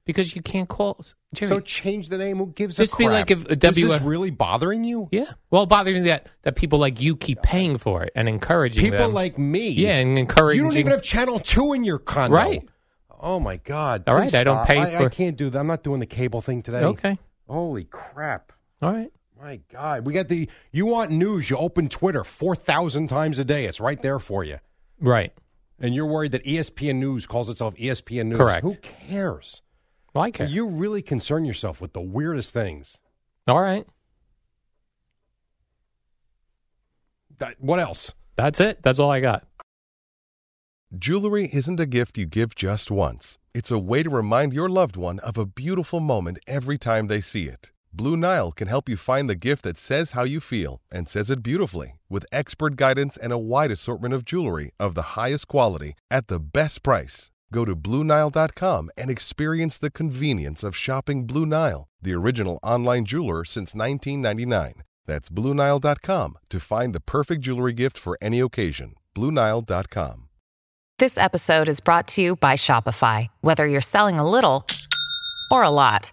S2: because you can't call Jerry.
S7: So change the name. Who gives
S2: This
S7: a
S2: be
S7: crap?
S2: like if a
S7: Is
S2: WF
S7: this really bothering you?
S2: yeah. Well, it bothers me that that people like you keep paying for it and encouraging
S7: People
S2: them.
S7: like me.
S2: yeah, and encouraging.
S7: You don't even have Channel Two in your condo.
S2: Right.
S7: Oh my God.
S2: All
S7: Please
S2: right, I don't
S7: stop.
S2: pay
S7: I, I
S2: for-
S7: can't do that. I'm not doing the cable thing today.
S2: okay.
S7: Holy crap.
S2: All right.
S7: My God. We got the. You want news? You open Twitter four thousand times a day. It's right there for you.
S2: Right.
S7: And you're worried that E ESPN News calls itself E ESPN News.
S2: Correct.
S7: Who cares?
S2: Well, I care.
S7: You really concern yourself with the weirdest things.
S2: All right.
S7: That- what else?
S2: That's it. That's all I got.
S1: Jewelry isn't a gift you give just once. It's a way to remind your loved one of a beautiful moment every time they see it. Blue Nile can help you find the gift that says how you feel and says it beautifully with expert guidance and a wide assortment of jewelry of the highest quality at the best price. Go to BlueNile.com and experience the convenience of shopping Blue Nile, the original online jeweler since 1999. That's BlueNile.com to find the perfect jewelry gift for any occasion. BlueNile.com.
S8: This episode is brought to you by Shopify. Whether you're selling a little or a lot,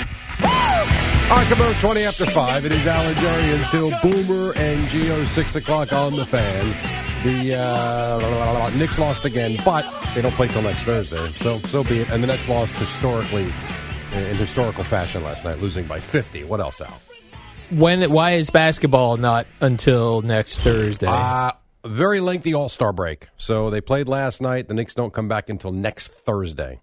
S7: All right, come on, 20 after 5. It is Alan Jerry until Boomer and Geo, 6 o'clock on the fan. The uh, Knicks lost again, but they don't play till next Thursday, so so be it. And the Nets lost historically, in historical fashion last night, losing by 50. What else, Al?
S2: When? Why is basketball not until next Thursday?
S7: Uh, very lengthy All Star break. So they played last night. The Knicks don't come back until next Thursday.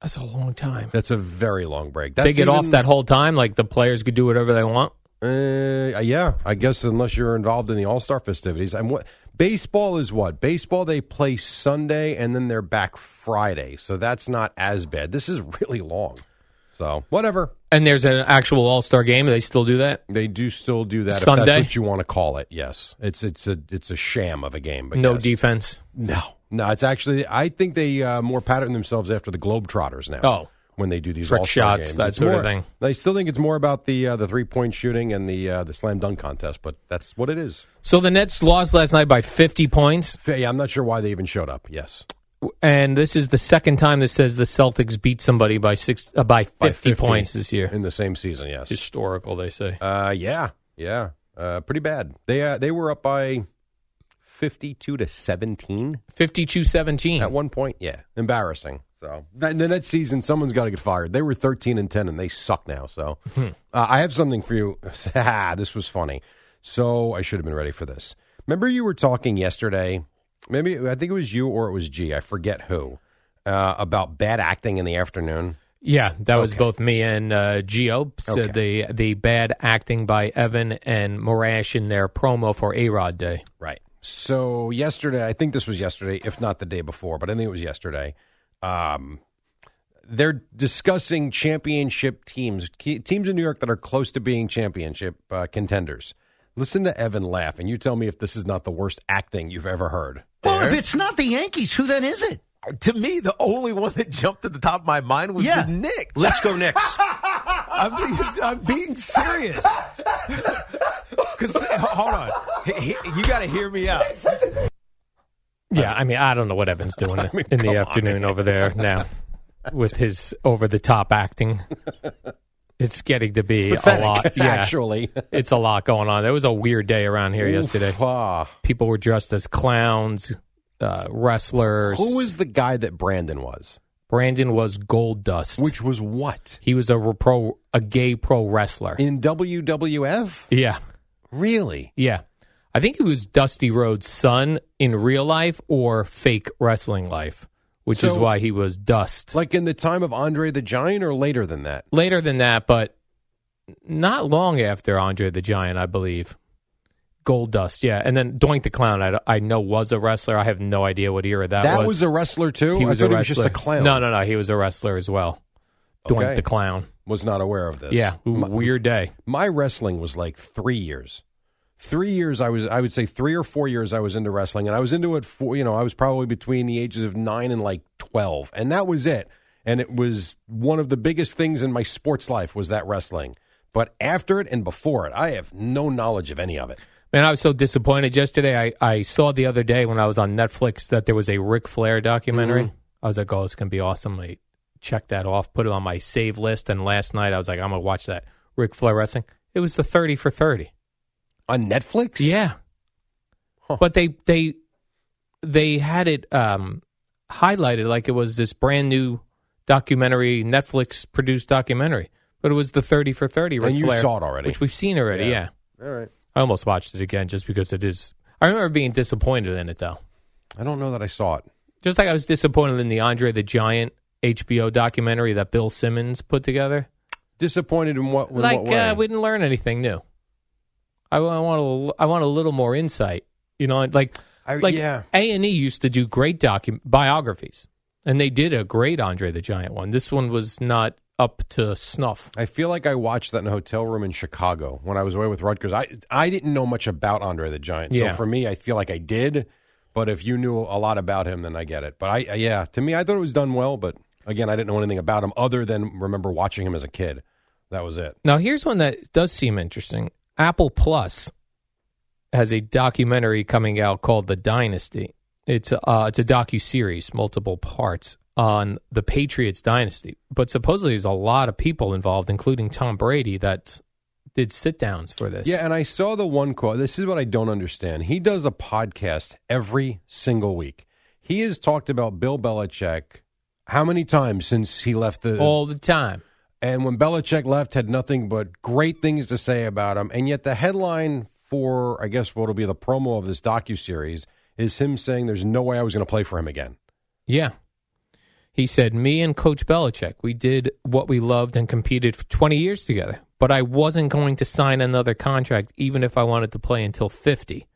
S2: That's a long time.
S7: That's a very long break. That's
S2: They get off
S7: even-
S2: that whole time. Like the players could do whatever they want.
S7: Uh, yeah, I guess unless you're involved in the All Star festivities. And what baseball is what baseball they play Sunday and then they're back Friday, so that's not as bad. This is really long, so whatever.
S2: And there's an actual All Star game. They still do that.
S7: They do still do that. if
S2: Sunday?
S7: that's what you want to call it. Yes, it's it's a it's a sham of a game. But
S2: No
S7: yes.
S2: defense.
S7: no, no. It's actually I think they uh, more pattern themselves after the Globetrotters now.
S2: Oh.
S7: When they do these
S2: Trick
S7: All-Star
S2: shots,
S7: games.
S2: that
S7: It's
S2: sort of
S7: more-
S2: thing.
S7: I still think it's more about the uh, the three point shooting and the uh, the slam dunk contest, but that's what it is.
S2: So the Nets lost last night by 50 points,
S7: Fa- Yeah, I'm not sure why they even showed up. Yes,
S2: and this is the second time this says the Celtics beat somebody by six uh, by 50,
S7: By
S2: points this year.
S7: in the same season. Yes.
S2: Historical, they say.
S7: uh, yeah, yeah, uh, pretty bad. They uh, they were up by fifty-two to seventeen
S2: 52-17.
S7: at one point. Yeah, embarrassing. So that, the next season, someone's got to get fired. They were thirteen and ten, and they suck now. So
S2: Hmm.
S7: uh, I have something for you. this was funny. So I should have been ready for this. Remember, you were talking yesterday. Maybe I think it was you or it was G. I forget who. Uh, about bad acting in the afternoon.
S2: Yeah, that was
S7: Okay.
S2: both me and uh, Gio said the the bad acting by Evan and Morash in their promo for A Rod Day.
S7: Right. So yesterday, I think this was yesterday, if not the day before, but I think it was yesterday. Um, they're discussing championship teams, ke- teams in New York that are close to being championship uh, contenders. Listen to Evan laugh, and you tell me if this is not the worst acting you've ever heard.
S9: Well, if it's not the Yankees, who then is it?
S10: To me, the only one that jumped to the top of my mind was
S9: Yeah.
S10: the Knicks.
S9: Let's go Knicks.
S10: I'm being, I'm being serious. Because hold on, He- he- you got to hear me out.
S2: Yeah, I mean, I don't know what Evan's doing
S7: mean,
S2: in
S7: come on.
S2: the afternoon over there now with his over the top acting. It's getting to be a lot. Yeah,
S7: actually.
S2: it's a lot going on. There was a weird day around here yesterday.
S7: Oof, ah.
S2: People were dressed as clowns, uh, wrestlers.
S7: Who was the guy that Brandon was?
S2: Brandon was gold dust.
S7: Which was what?
S2: He was a re- pro, a gay pro wrestler
S7: in WWF.
S2: Yeah,
S7: really?
S2: Yeah, I think he was Dusty Rhodes' son in real life or fake wrestling life, which is
S7: So-
S2: why he was dust.
S7: Like in the time of Andre the Giant, or later than that?
S2: Later than that, but not long after Andre the Giant, I believe. Gold Dust, yeah, and then Doink the Clown. I, I know was a wrestler. I have no idea what era that,
S7: That, was, a wrestler too.
S2: He was
S7: I
S2: a
S7: thought
S2: wrestler.
S7: he was just a clown.
S2: No, no, no. He was a wrestler as well. Doink
S7: Okay.
S2: the Clown.
S7: was not aware of this.
S2: Yeah, w-
S7: My-
S2: weird day.
S7: my wrestling was like three years. Three years I was I would say three or four years I was into wrestling and I was into it for you know, I was probably between the ages of nine and like twelve. And that was it. And it was one of the biggest things in my sports life was that wrestling. But after it and before it, I have no knowledge of any of it.
S2: Man, I was so disappointed yesterday. I, I saw the other day when I was on Netflix that there was a Ric Flair documentary.
S7: Mhm.
S2: I was like, oh, it's going to be awesome. I checked that off, put it on my save list. And last night I was like, I'm going to watch that Ric Flair wrestling. It was the 30 for 30.
S7: On Netflix?
S2: Yeah. But they, they, they had it um, highlighted like it was this brand new documentary, Netflix produced documentary. But it was the 30 for 30 Ric
S7: And you
S2: Flair,
S7: saw it already.
S2: Which we've seen already,
S7: Yeah.
S2: yeah.
S7: All right.
S2: I almost watched it again just because it is. I remember being disappointed in it though.
S7: I don't know that I saw it.
S2: Just like I was disappointed in the Andre the Giant HBO documentary that Bill Simmons put together.
S7: Disappointed in what in
S2: like
S7: what way?
S2: Uh, we didn't learn anything new. I, wa- I want a, I want a little more insight. You know, like
S7: I-
S2: like
S7: yeah.
S2: A and E used to do great docu- biographies, and they did a great Andre the Giant one. This one was not up to snuff.
S7: I feel like I watched that in a hotel room in Chicago when I was away with Rutgers. I I didn't know much about Andre the Giant, so
S2: Yeah.
S7: for me, I feel like I did. But if you knew a lot about him, then I get it. But I, I- yeah, to me, I thought it was done well. But again, I didn't know anything about him other than remember watching him as a kid. That was it.
S2: Now, here's one that does seem interesting. Apple Plus has a documentary coming out called The Dynasty. It's a, uh, it's a docu series, multiple parts on the Patriots dynasty. But supposedly, there's a lot of people involved, including Tom Brady, that did sit downs for this.
S7: Yeah, and I saw the one quote. This is what I don't understand. He does a podcast every single week. He has talked about Bill Belichick how many times since he left the
S2: all the time.
S7: And when Belichick left, had nothing but great things to say about him. And yet, the headline for I guess what'll be the promo of this docu series is him saying, "There's no way I was going to play for him again."
S2: Yeah. He said, Me and Coach Belichick, we did what we loved and competed for 20 years together, but I wasn't going to sign another contract even if I wanted to play until 50.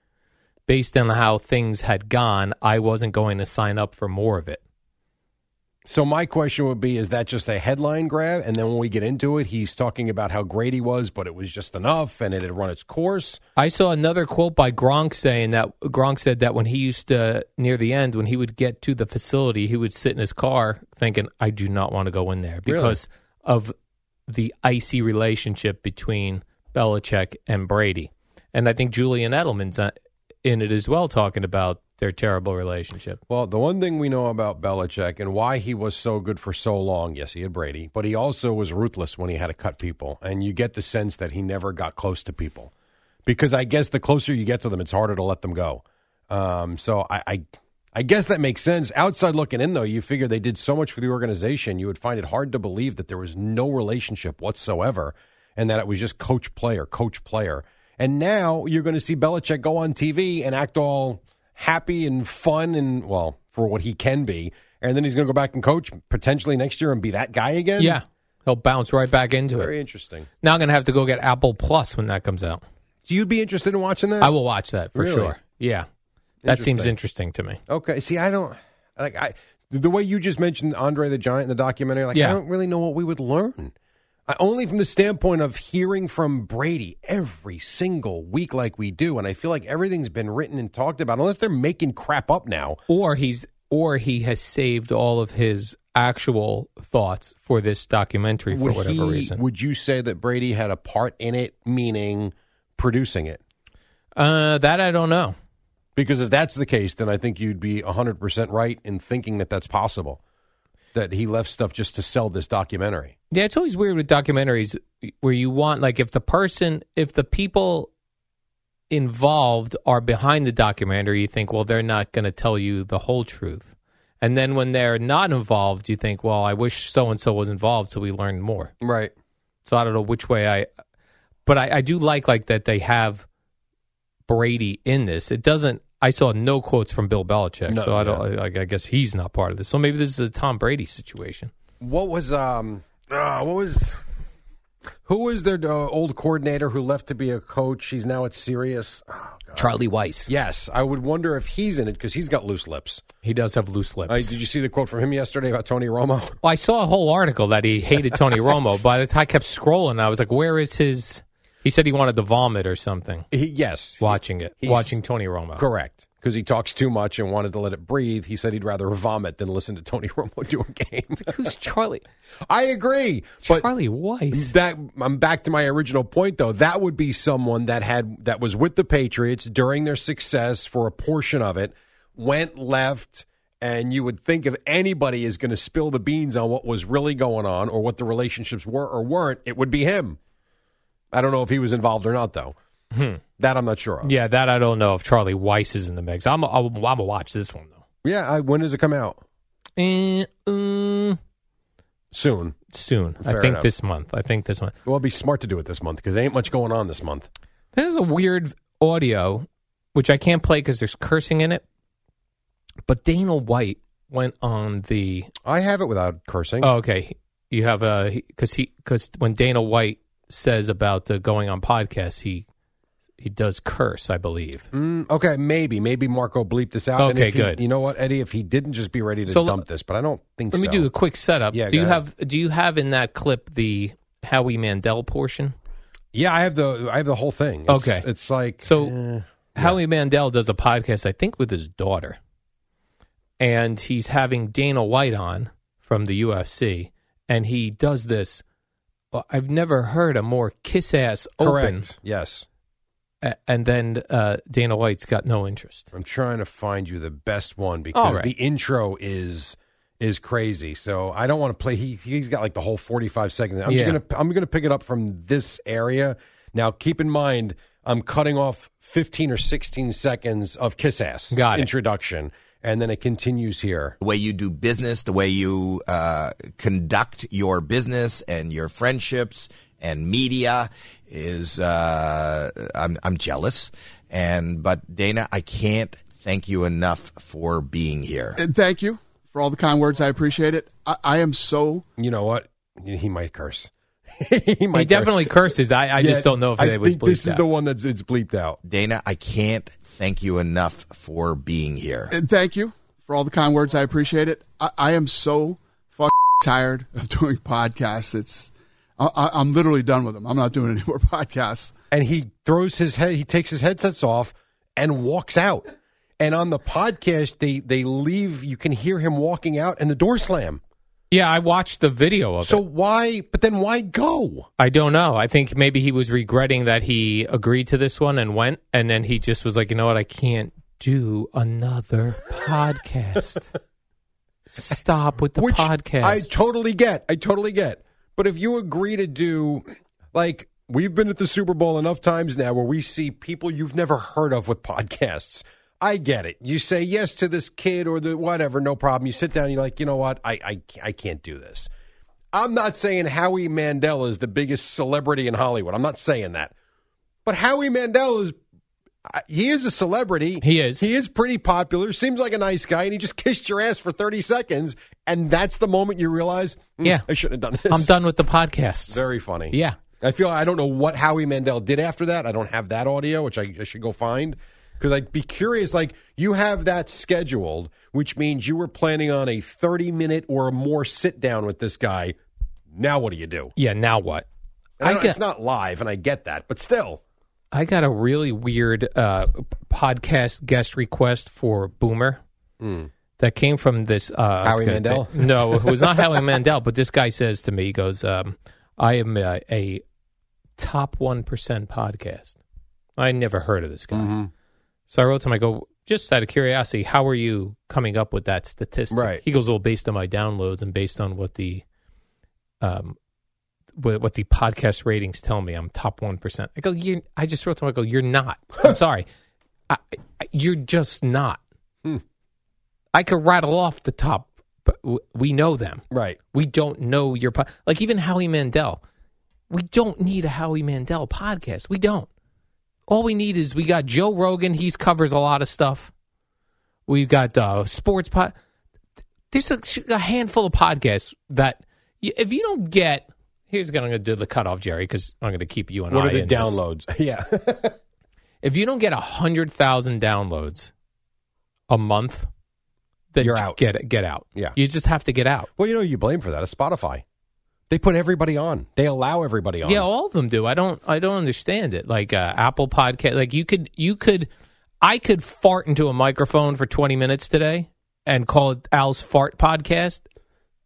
S2: Based on how things had gone, I wasn't going to sign up for more of it.
S7: So my question would be: Is that just a headline grab? And then when we get into it, he's talking about how great he was, but it was just enough, and it had run its course.
S2: I saw another quote by Gronk saying that Gronk said that when he used to, near the end, when he would get to the facility, he would sit in his car thinking, I do not want to go in there
S7: Really?
S2: because of the icy relationship between Belichick and Brady. And I think Julian Edelman's uh, in it as well, talking about their terrible relationship.
S7: Well, the one thing we know about Belichick and why he was so good for so long, yes, he had Brady, but he also was ruthless when he had to cut people. And you get the sense that he never got close to people because I guess the closer you get to them, it's harder to let them go. Um, so I, I, I guess that makes sense. Outside looking in, though, you figure they did so much for the organization, you would find it hard to believe that there was no relationship whatsoever and that it was just coach player, coach player. And now you're going to see Belichick go on TV and act all happy and fun and, well, for what he can be. And then he's going to go back and coach potentially next year and be that guy again.
S2: Yeah. He'll bounce right back into
S7: Very
S2: it.
S7: interesting.
S2: Now I'm going to have to go get Apple Plus when that comes out.
S7: So you'd be interested in watching that?
S2: I will watch that for
S7: Really?
S2: sure. Yeah. That seems
S7: Interesting.
S2: interesting to me.
S7: Okay. See, I don't like I the way you just mentioned Andre the Giant in the documentary. Like,
S2: Yeah.
S7: I don't really know what we would learn. I, only from the standpoint of hearing from Brady every single week, like we do, and I feel like everything's been written and talked about, unless they're making crap up now.
S2: or he's or he has saved all of his actual thoughts for this documentary for
S7: Would
S2: whatever
S7: he-
S2: reason.
S7: would you say that Brady had a part in it, meaning producing it?
S2: uh, that I don't know.
S7: Because if that's the case, then I think you'd be 100% right in thinking that that's possible, that he left stuff just to sell this documentary.
S2: Yeah, it's always weird with documentaries where you want like if the person, if the people involved are behind the documentary, you think, well, they're not going to tell you the whole truth, And then when they're not involved, you think, well, I wish so and so was involved so we learned more.
S7: Right.
S2: So I don't know which way I, but I, I do like like that they have Brady in this. It doesn't. I saw no quotes from Bill Belichick,
S7: No,
S2: so I don't. I, I guess he's not part of this. So maybe this is a Tom Brady situation.
S7: What was um? Uh, what was? Who was their uh, old coordinator who left to be a coach? He's now at Sirius. Oh, God.
S2: Charlie Weiss.
S7: Yes, I would wonder if he's in it because he's got loose lips.
S2: He does have loose lips.
S7: Uh, did you see the quote from him yesterday about Tony Romo?
S2: Well, I saw a whole article that he hated Tony Romo. By the time I kept scrolling, I was like, "Where is his?" He said he wanted to vomit or something.
S7: He, yes,
S2: watching it,
S7: He's-
S2: watching Tony Romo.
S7: correct. Because he talks too much and wanted to let it breathe. He said he'd rather vomit than listen to Tony Romo do a game.
S2: Who's Charlie?
S7: I agree, but
S2: Charlie Weiss.
S7: That I'm back to my original point though. That would be someone that had that was with the Patriots during their success for a portion of it, went left, and you would think if anybody is going to spill the beans on what was really going on or what the relationships were or weren't, it would be him. I don't know if he was involved or not though.
S2: Hmm.
S7: That I'm not sure of.
S2: Yeah, that I don't know if Charlie Weiss is in the mix. I'm I'm, I'm gonna watch this one though.
S7: Yeah, I, when does it come out?
S2: Eh, mm,
S7: Soon.
S2: soon. I
S7: Fair
S2: think
S7: enough.
S2: this month. I think this month.
S7: Well, it'd be smart to do it this month because there ain't much going on this month.
S2: There's a weird audio which I can't play because there's cursing in it. But Dana White went on the
S7: I have it without cursing.
S2: Oh, okay. You have a because he because when Dana White says about uh, going on podcasts, he he does curse, I believe.
S7: Mm, okay, maybe. Maybe Marco bleeped this out. and
S2: Okay,
S7: if he-
S2: good.
S7: You know what, Eddie? If he didn't, just be ready to
S2: So l-
S7: dump this, but I don't think
S2: Let me
S7: so.
S2: do a quick setup.
S7: Yeah,
S2: do
S7: go
S2: you
S7: ahead.
S2: have do you have in that clip the Howie Mandel portion?
S7: Yeah, I have the I have the whole thing. It's-
S2: Okay.
S7: It's like
S2: So
S7: eh,
S2: Howie Mandel does a podcast, I think, with his daughter, and he's having Dana White on from the UFC, and he does this. well, I've never heard a more kiss ass open,
S7: correct. Yes.
S2: a- and then uh, Dana White's got no interest.
S7: I'm trying to find you the best one because
S2: right.
S7: the intro is is crazy. So I don't want to play he he's got like the whole 45 seconds. I'm
S2: Yeah.
S7: just going to I'm going to pick it up from this area. Now keep in mind I'm cutting off 15 or 16 seconds of kiss ass
S2: Got it.
S7: introduction and then it continues here.
S11: the way you do business, the way you uh, conduct your business and your friendships and media is uh, I'm, I'm jealous. And but Dana, I can't thank you enough for being here.
S12: And thank you for all the kind words. I appreciate it. I, I am so.
S7: You know what? He might curse. he might
S2: He definitely curses. I, I just
S7: Yeah,
S2: don't know if
S7: I
S2: they was
S7: think this
S2: bleeped
S7: is
S2: out.
S7: the one that's it's bleeped out.
S11: Dana, I can't thank you enough for being here.
S12: And Uh, thank you for all the kind words. I appreciate it. I, I am so fucking tired of doing podcasts. It's I, I, I'm literally done with them. I'm not doing any more podcasts.
S7: and he throws his head he takes his headsets off and walks out and on the podcast they they leave you can hear him walking out and the door slam
S2: yeah, I watched the video of
S7: so
S2: it.
S7: why but then why go
S2: I don't know. I think maybe he was regretting that he agreed to this one and went, and then he just was like, you know what, I can't do another podcast. Stop with the
S7: Which
S2: podcast.
S7: i totally get i totally get but if you agree to do like we've been at the super bowl enough times now where we see people you've never heard of with podcasts I get it. You say yes to this kid or the whatever, no problem. You sit down, you're like, you know what? I, I, I can't do this. I'm not saying Howie Mandel is the biggest celebrity in Hollywood. I'm not saying that. But Howie Mandel is I- he is a celebrity.
S2: He is.
S7: He is pretty popular. Seems like a nice guy and he just kissed your ass for 30 seconds and that's the moment you realize, "Mm,
S2: Yeah.
S7: I shouldn't have done this.
S2: I'm done with the podcast.
S7: Very funny.
S2: Yeah.
S7: I feel I don't know what Howie Mandel did after that. I don't have that audio, which I, I should go find because I'd be curious. Like you have that scheduled, which means you were planning on a thirty minute or more sit down with this guy. Now what do you do?
S2: Yeah, now what?
S7: And I
S2: I
S7: know
S2: get-
S7: it's not live, and I get that, but still,
S2: I got a really weird uh, podcast guest request for Boomer that came from this uh, I was
S7: Hmm. Howie
S2: gonna
S7: Mandel?
S2: ta- no, it was not Howie Mandel, but this guy says to me, he goes, um, "I am a, a top one percent podcast. I never heard of this guy." So I wrote to him. I go, just out of curiosity, how are you coming up with that statistic?
S7: Right.
S2: He goes, well, based on my downloads and based on what the um, what, what the podcast ratings tell me, I'm top one percent. I go, you. I just wrote to him. I go, you're not. I'm sorry. I, I, you're just not. I could rattle off the top, but w- we know them.
S7: Right.
S2: We don't know your po- like even Howie Mandel. We don't need a Howie Mandel podcast. We don't. All we need is we got Joe Rogan. He's covers a lot of stuff. We've got uh, sports pod. There's a, a handful of podcasts that y- if you don't get, here's going to do the cutoff, Jerry, because I'm going to keep you on.
S7: What are the downloads? yeah.
S2: if you don't get hundred thousand downloads a month, then
S7: You're
S2: j-
S7: out.
S2: Get get out.
S7: Yeah.
S2: you just have to get out.
S7: Well, you know, you blame for that is Spotify. They put everybody on. They allow everybody on.
S2: Yeah, all of them do. I don't. I don't understand it. Like uh, Apple Podcast. Like you could. You could. I could fart into a microphone for twenty minutes today and call it Al's Fart Podcast,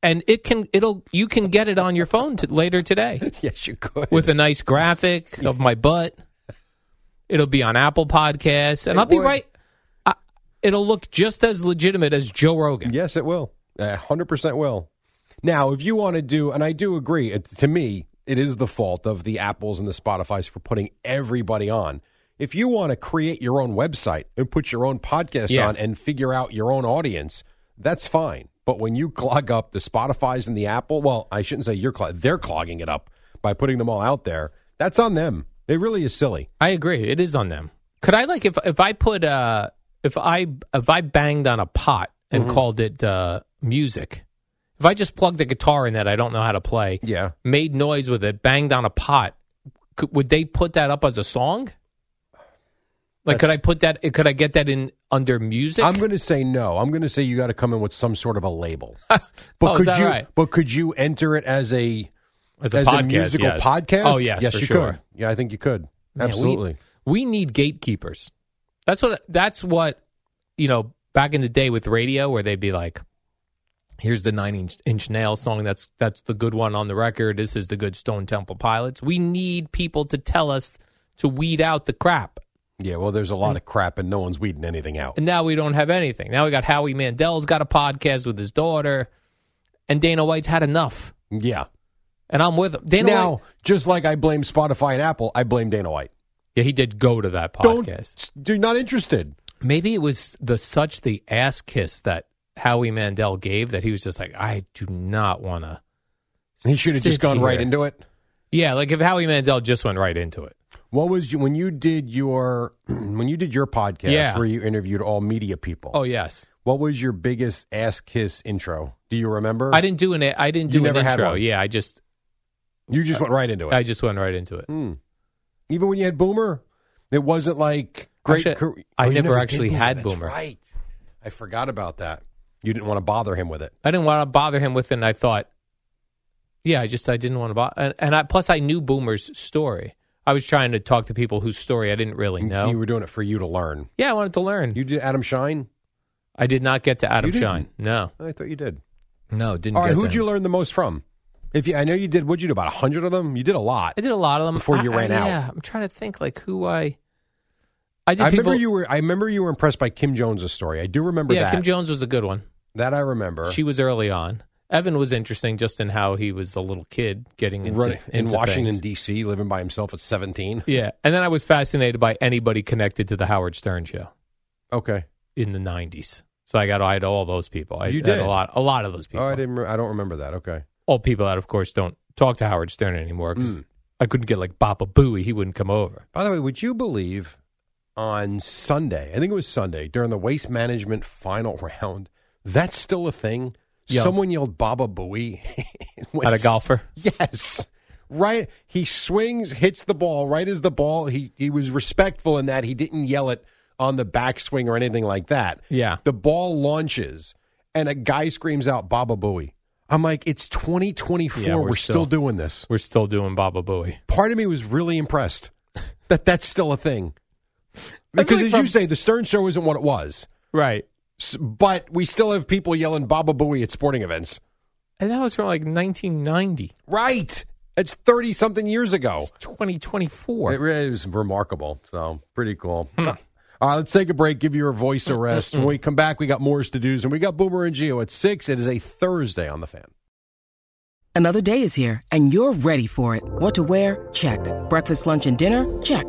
S2: and it can. It'll. You can get it on your phone t- later today
S7: yes, you could.
S2: with a nice graphic of my butt. It'll be on Apple Podcasts, and
S7: It
S2: I'll be
S7: would.
S2: right. I, it'll look just as legitimate as Joe Rogan.
S7: Yes, it will. A hundred percent will. Now, if you want to do, and I do agree, it, to me, it is the fault of the Apples and the Spotify's for putting everybody on. If you want to create your own website and put your own podcast
S2: Yeah.
S7: on and figure out your own audience, that's fine. But when you clog up the Spotify's and the Apple, well, I shouldn't say you're clog, they're clogging it up by putting them all out there. That's on them. It really is silly.
S2: I agree. It is on them. Could I like if if I put uh if I if I banged on a pot and
S7: Mm-hmm.
S2: called it uh music. If I just plugged a guitar in that I don't know how to play,
S7: Yeah.
S2: made noise with it, banged on a pot, could, would they put that up as a song? Like could I
S7: That's-
S2: put that could I get that in under music?
S7: I'm going to say no. I'm going to say you got to come in with some sort of a label.
S2: Oh, is
S7: could
S2: that
S7: you?
S2: right?
S7: But could you enter it as a
S2: As a podcast,
S7: musical
S2: yes.
S7: podcast?
S2: Oh, yes,
S7: yes,
S2: for
S7: you
S2: sure.
S7: could. Yeah, I think you could.
S2: Man, we-
S7: Absolutely.
S2: we, need gatekeepers. That's what. That's what. You know, back in the day with radio, where they'd be like, "Here's the Nine Inch, Inch Nail song. That's that's the good one on the record. This is the good Stone Temple Pilots." We need people to tell us to weed out the crap.
S7: yeah. Well, there's a lot of crap, and no one's weeding anything out.
S2: And now we don't have anything. Now we got Howie Mandel's got a podcast with his daughter, and Dana White's had enough.
S7: Yeah.
S2: And I'm with him. Dana
S7: now,
S2: White.
S7: just like I blame Spotify and Apple, I blame Dana White.
S2: Yeah, he did go to that
S7: Don't-
S2: podcast.
S7: You're not interested.
S2: Maybe it was the such the ass kiss that Howie Mandel gave that he was just like, I do not want to.
S7: He should have just gone right into it.
S2: Yeah, like if Howie Mandel just went right into it.
S7: What was you when you did your when you did your podcast
S2: Yeah.
S7: where you interviewed all media people?
S2: Oh yes,
S7: What was your biggest ass kiss intro? Do you remember?
S2: I didn't do an. I didn't do
S7: You
S2: an
S7: never had
S2: intro.
S7: one.
S2: Yeah, I just
S7: You just went right into it.
S2: I just went right into it.
S7: Hmm. Even when you had Boomer, it wasn't like great.
S2: Actually,
S7: cur-
S2: I
S7: you
S2: never
S7: did
S2: actually had Boomer.
S7: Right, I forgot about that. You didn't want to bother him with it.
S2: I didn't want to bother him with it. and I thought, yeah, I just I didn't want to bother. And, and I plus I knew Boomer's story. I was trying to talk to people whose story I didn't really know.
S7: You were doing it for you to learn.
S2: yeah, I wanted to learn.
S7: You did Adam Shine.
S2: I did not get to Adam
S7: You didn't?
S2: Shine. No,
S7: I thought you did.
S2: no, didn't.
S7: All right,
S2: get to
S7: who'd
S2: him.
S7: you learn the most from? If you, I know you did. Would you do about a hundred of them? You did a lot.
S2: I did a lot of them
S7: Before
S2: I-
S7: you
S2: I-
S7: ran out.
S2: Yeah, I'm trying to think like who I. I did.
S7: I
S2: people,
S7: remember you were. I remember you were impressed by Kim Jones' story. I do remember
S2: Yeah,
S7: that.
S2: Kim Jones was a good one.
S7: that I remember.
S2: She was early on. Evan was interesting just in how he was a little kid getting into,
S7: Running in
S2: into
S7: Washington
S2: things.
S7: D.C., living by himself at seventeen.
S2: Yeah, and then I was fascinated by anybody connected to the Howard Stern show
S7: Okay.
S2: in the '90s. So I got I had all those people. I
S7: You
S2: had
S7: did.
S2: a lot, a lot of those people.
S7: Oh, I didn't. Re- I don't remember that. Okay.
S2: All people that, of course, don't talk to Howard Stern anymore 'cause
S7: Mm.
S2: I couldn't get like Bapa Booey. He wouldn't come over.
S7: By the way, would you believe on Sunday, I think it was Sunday, during the waste management final round, that's still a thing?
S2: Yeah.
S7: Someone yelled Baba Booey. When-
S2: At a golfer.
S7: Yes. Right. He swings, hits the ball right as the ball. He, he was respectful in that he didn't yell it on the backswing or anything like that.
S2: Yeah.
S7: The ball launches and a guy screams out Baba Booey. I'm like, it's 2024.
S2: Yeah,
S7: we're
S2: we're
S7: still
S2: still-
S7: doing this
S2: We're still doing Baba Booey.
S7: part of me was really impressed that that's still a thing.
S2: That's
S7: Because
S2: like
S7: as
S2: from-
S7: you say, the Stern Show isn't what it was,
S2: Right.
S7: S- but we still have people yelling "Baba Booey" at sporting events.
S2: And that was from like 1990.
S7: Right? It's thirty something years ago.
S2: It's 2024.
S7: It really was remarkable. So pretty cool.
S2: Hmm.
S7: Uh, All right, let's take a break. Give your voice a rest. when we come back, we got Moore's to do's, and we got Boomer and Geo at six. It is a Thursday on the fan.
S13: Another day is here, and you're ready for it. What to wear? Check. Breakfast, lunch, and dinner? Check.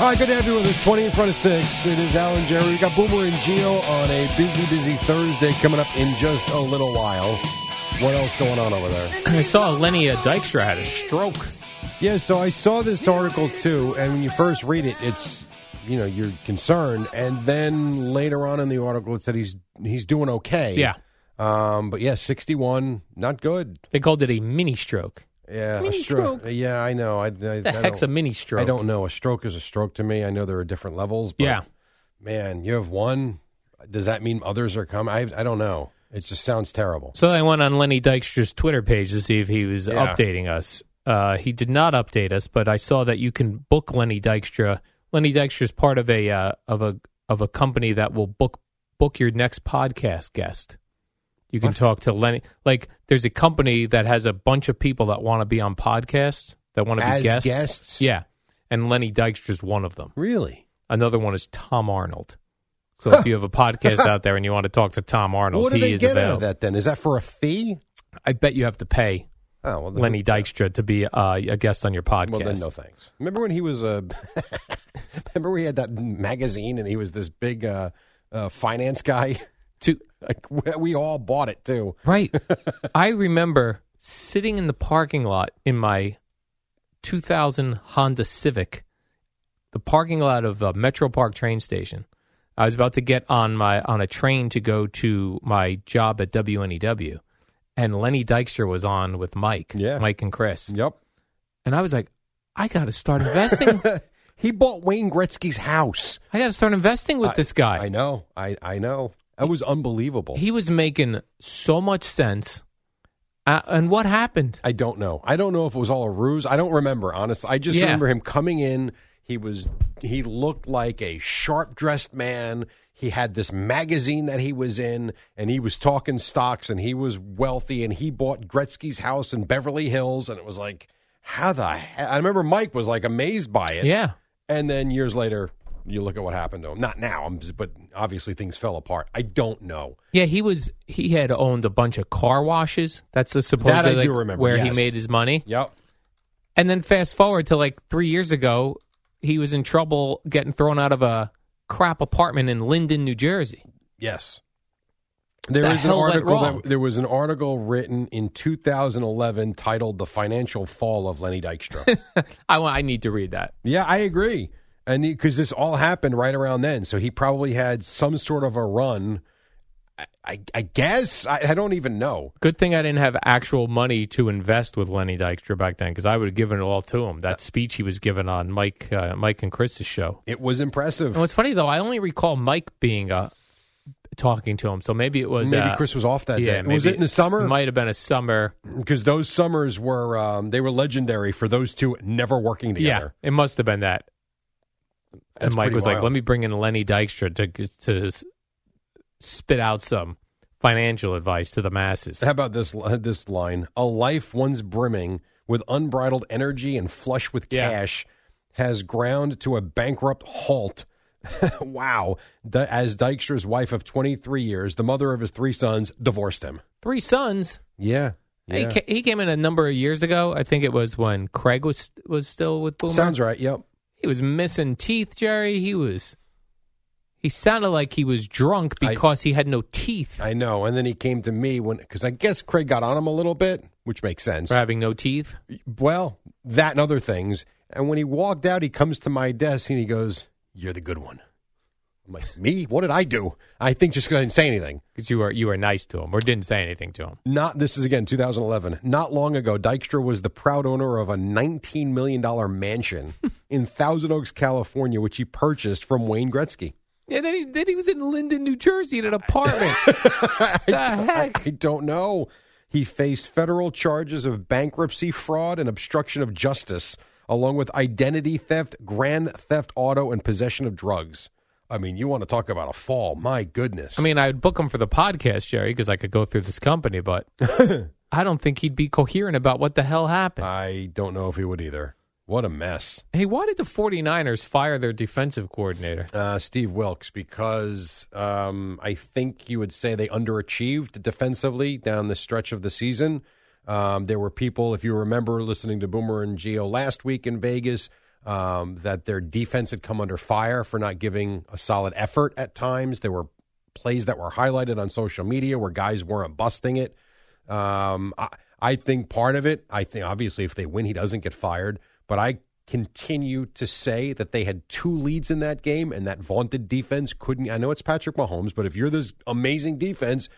S7: All right, good to have you with us. 20 in front of 6. It is Alan Jerry. We got Boomer and Geo on a busy, busy Thursday coming up in just a little while. What else going on over there?
S2: I saw Lenia Dykstra had a stroke.
S7: Yeah, so I saw this article too, and when you first read it, it's you know you're concerned, and then later on in the article, it said he's he's doing okay.
S2: Yeah.
S7: Um, but yeah, 61, not good.
S2: They called it a mini stroke.
S7: Yeah, a
S2: Mini
S7: stroke. Yeah, I know. I, I,
S2: The heck's a mini stroke?
S7: I don't know. A stroke is a stroke to me. I know there are different levels. But
S2: Yeah.
S7: man, you have one. Does that mean others are coming? I I don't know. It just sounds terrible.
S2: So I went on Lenny Dykstra's Twitter page to see if he was
S7: Yeah.
S2: updating us. Uh, he did not update us, but I saw that you can book Lenny Dykstra. Lenny Dykstra is part of a uh, of a of a company that will book book your next podcast guest. You can talk to Lenny. Like, there's a company that has a bunch of people that want to be on podcasts that want to
S7: As
S2: be guests.
S7: guests?
S2: Yeah, and Lenny Dykstra's one of them.
S7: Really?
S2: Another one is Tom Arnold. So if you have a podcast out there and you want to talk to Tom Arnold,
S7: what do
S2: he
S7: they
S2: is
S7: get out
S2: available.
S7: of that then? Is that for a fee?
S2: I bet you have to pay
S7: Oh, well, then,
S2: Lenny Dykstra to be uh, a guest on your podcast.
S7: Well, then no thanks. Remember when he was a? remember we had that magazine and he was this big uh, uh, finance guy.
S2: Too.
S7: Like, we- we all bought it too.
S2: Right. I remember sitting in the parking lot in my 2000 Honda Civic, the parking lot of uh, Metro Park train station. I was about to get on my on a train to go to my job at WNEW, and Lenny Dykstra was on with Mike,
S7: Yeah.
S2: Mike and Chris.
S7: Yep.
S2: And I was like, I got to start investing.
S7: He bought Wayne Gretzky's house.
S2: I got to start investing with
S7: I-
S2: this guy.
S7: I know. I I know. That was unbelievable.
S2: He was making so much sense. Uh, and what happened?
S7: I don't know. I don't know if it was all a ruse. I don't remember, honestly. I just
S2: Yeah.
S7: remember him coming in. He was he looked like a sharp dressed man. He had this magazine that he was in, and he was talking stocks, and he was wealthy, and he bought Gretzky's house in Beverly Hills, and it was like, how the hell? I remember Mike was like amazed by it.
S2: Yeah.
S7: And then years later, you look at what happened to him. Not now, I'm just- but obviously things fell apart. I don't know.
S2: Yeah, he was. He had owned a bunch of car washes. That's the supposed
S7: That I
S2: like,
S7: do remember,
S2: where he
S7: yes.
S2: made his money.
S7: Yep.
S2: And then fast forward to like three years ago, he was in trouble getting thrown out of a crap apartment in Linden, New Jersey.
S7: Yes. There
S2: The
S7: is an
S2: hell went
S7: article
S2: wrong?
S7: that, there was an article written in 2011 titled "The Financial Fall of Lenny Dykstra."
S2: I want. I need to read that.
S7: yeah, I agree, and because this all happened right around then, so he probably had some sort of a run. I, I, I guess I, I don't even know.
S2: Good thing I didn't have actual money to invest with Lenny Dykstra back then, because I would have given it all to him.
S7: Uh,
S2: That speech he was given on Mike, uh, Mike and Chris's show.
S7: It was impressive.
S2: And what's funny though, I only recall Mike being uh, talking to him. So maybe it was
S7: Maybe
S2: uh,
S7: Chris was off that
S2: yeah,
S7: day. Was it
S2: maybe
S7: in the summer?
S2: It might have been a summer.
S7: Because those summers were um, they were legendary for those two never working together.
S2: Yeah, it must have been that.
S7: That's
S2: and Mike
S7: pretty
S2: was like,
S7: wild.
S2: "Let me bring in Lenny Dykstra to to s- spit out some financial advice to the masses."
S7: How about this uh, this line? A life once brimming with unbridled energy and flush with
S2: Yeah.
S7: cash has ground to a bankrupt halt. wow. Di- as Dykstra's wife of 23 years, the mother of his three sons, divorced him.
S2: Three sons.
S7: Yeah.
S2: He,
S7: yeah.
S2: ca- he came in a number of years ago. I think it was when Craig was was still with Boomer.
S7: Sounds right. Yep.
S2: He was missing teeth, Jerry. He was. He sounded like he was drunk because he had no teeth.
S7: I know. And then he came to me when, because I guess Craig got on him a little bit, which makes sense.
S2: For having no teeth?
S7: Well, that and other things. And when he walked out, he comes to my desk and he goes, You're the good one. I'm like, Me? What did I do? I think just because I didn't say anything.
S2: Because you were you were nice to him or didn't say anything to him.
S7: Not this is again 2011. Not long ago, Dykstra was the proud owner of a 19 million dollar mansion in Thousand Oaks, California, which he purchased from Wayne Gretzky.
S2: Yeah, then he, then he was in Linden, New Jersey at an apartment.
S7: I don't know. He faced federal charges of bankruptcy, fraud, and obstruction of justice, along with identity theft, grand theft auto, and possession of drugs. I mean, you want to talk about a fall? My goodness.
S2: I mean, I'd book him for the podcast, Jerry, because I could go through this company, but I don't think he'd be coherent about what the hell happened.
S7: I don't know if he would either. What a mess.
S2: Hey, why did the 49ers fire their defensive coordinator?
S7: Uh, Steve Wilkes, because um, I think you would say they underachieved defensively down the stretch of the season. Um, there were people, if you remember listening to Boomer and Geo last week in Vegas, um, that their defense had come under fire for not giving a solid effort at times. There were plays that were highlighted on social media where guys weren't busting it. Um, I, I think part of it, I think obviously if they win, he doesn't get fired. But I continue to say that they had two leads in that game and that vaunted defense couldn't. I know it's Patrick Mahomes, but if you're this amazing defense,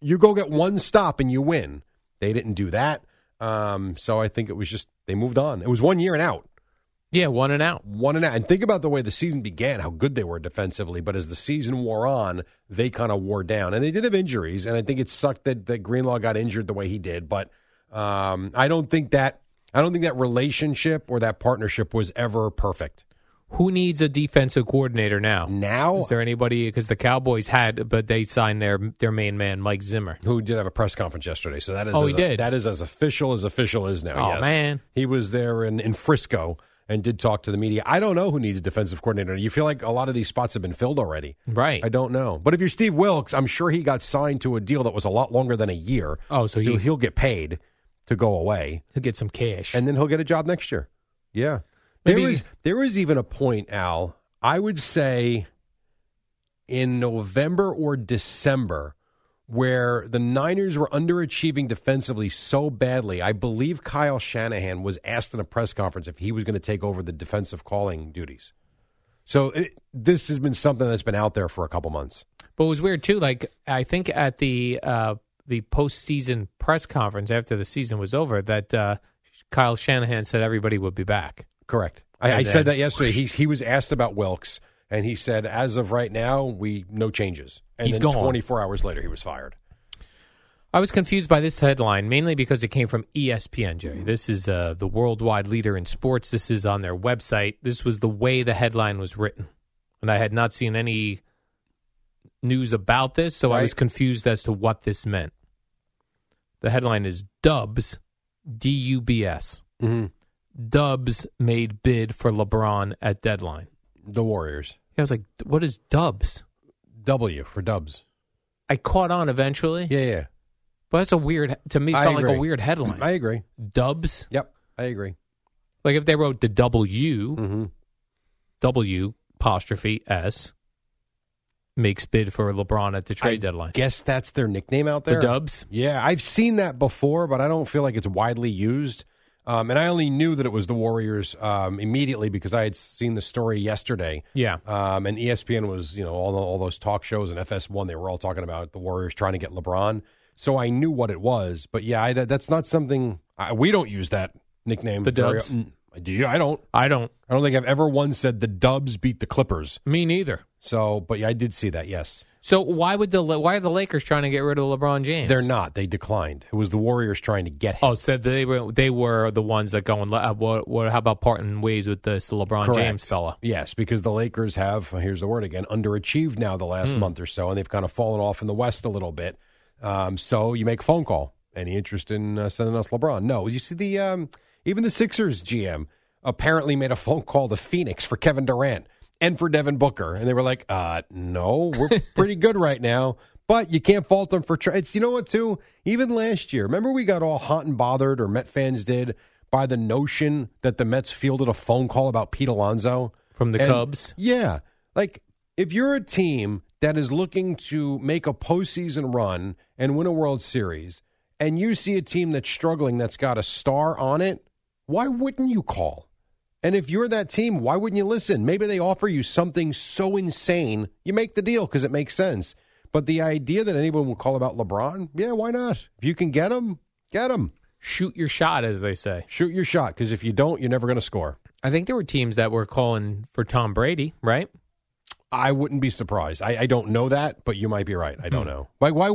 S7: you go get one stop and you win. They didn't do that. Um, so I think it was just they moved on. It was one year and out.
S2: Yeah, one and out.
S7: One and out. And think about the way the season began, how good they were defensively. But as the season wore on, they kind of wore down. And they did have injuries. And I think it sucked that, that Greenlaw got injured the way he did. But um, I don't think that I don't think that relationship or that partnership was ever perfect.
S2: Who needs a defensive coordinator now?
S7: Now?
S2: Is there anybody? Because the Cowboys had, but they signed their their main man, Mike Zimmer.
S7: Who did have a press conference yesterday? So that is
S2: Oh,
S7: as
S2: he did.
S7: that is as official as official is now.
S2: Oh,
S7: yes.
S2: man.
S7: he was there in, in Frisco and did talk to the media. I don't know who needs a defensive coordinator. You feel like a lot of these spots have been filled already,
S2: right?
S7: I don't know. But if you're Steve Wilkes, I'm sure he got signed to a deal that was a lot longer than a year.
S2: Oh, so he-
S7: he'll get paid to go away.
S2: He'll get some cash.
S7: and then he'll get a job next year. Yeah.
S2: Maybe-
S7: There is there is even a point, Al, I would say in November or December where the Niners were underachieving defensively so badly. I believe Kyle Shanahan was asked in a press conference if he was going to take over the defensive calling duties. So it, this has been something that's been out there for a couple months.
S2: But it was weird too. Like I think at the uh, the postseason press conference after the season was over, that uh, Kyle Shanahan said everybody would be back.
S7: Correct. I,
S2: And
S7: I said
S2: then-
S7: that yesterday. He he was asked about Wilkes, and he said, as of right now, we no changes. And
S2: He's
S7: then
S2: gone.
S7: 24 hours later, he was fired.
S2: I was confused by this headline mainly because it came from E ESPN, Jerry. This is uh, the worldwide leader in sports. This is on their website. This was the way the headline was written. And I had not seen any news about this, so I was
S7: Right.
S2: confused as to what this meant. The headline is Dubs, D U B S.
S7: Mm-hmm.
S2: Dubs made bid for LeBron at deadline.
S7: The Warriors.
S2: I was like, what is Dubs?
S7: W for Dubs.
S2: I caught on eventually.
S7: Yeah, yeah.
S2: But that's a weird, to me,
S7: I
S2: felt like
S7: agree.
S2: a weird headline.
S7: I agree.
S2: Dubs?
S7: Yep, I agree.
S2: Like if they wrote the W, W apostrophe S makes bid for LeBron at the trade deadline.
S7: Guess that's their nickname out
S2: The
S7: there.
S2: Dubs?
S7: Yeah, I've seen that before, but I don't feel like it's widely used. Um, and I only knew that it was the Warriors um, immediately because I had seen the story yesterday.
S2: Yeah.
S7: Um, and ESPN was, you know, all, the, all those talk shows and FS1, they were all talking about the Warriors trying to get LeBron. So I knew what it was. But yeah, I, that- that's not something I, we don't use that nickname.
S2: The
S7: very-
S2: Dubs?
S7: Mm, Do you? I don't.
S2: I don't.
S7: I don't think I've ever once said the Dubs beat the Clippers.
S2: Me neither.
S7: So, but yeah, I did see that. Yes,
S2: So why would the why are the Lakers trying to get rid of LeBron James?
S7: they're not. They declined. It was the Warriors trying to get him.
S2: Oh, so they were they were the ones that going. Uh, what, what? How about parting ways with this LeBron
S7: Correct.
S2: Oh, James fella?
S7: Yes, because the Lakers have here's the word again underachieved now the last
S2: Hmm.
S7: month or so, and they've kind of fallen off in the West a little bit. Um, so you make a phone call. Any interest in uh, sending us LeBron? No. You see the um, even the Sixers GM apparently made a phone call to Phoenix for Kevin Durant and for Devin Booker, and they were like, "Uh, no, we're pretty good right now." But you can't fault them for trying. You know what, too? Even last year, remember we got all hot and bothered, or Met fans did, by the notion that the Mets fielded a phone call about Pete Alonso
S2: from the Cubs?
S7: Yeah, like if you're a team that is looking to make a postseason run and win a World Series, and you see a team that's struggling that's got a star on it, why wouldn't you call? And if you're that team, why wouldn't you listen? Maybe they offer you something so insane, you make the deal because it makes sense. But the idea that anyone will call about LeBron, yeah, why not? If you can get him, get him.
S2: Shoot your shot, as they say.
S7: Shoot your shot because if you don't, you're never going to score.
S2: I think there were teams that were calling for Tom Brady, right?
S7: I wouldn't be surprised. I, I don't know that, but you might be right. I
S2: Hmm.
S7: don't know. Like why?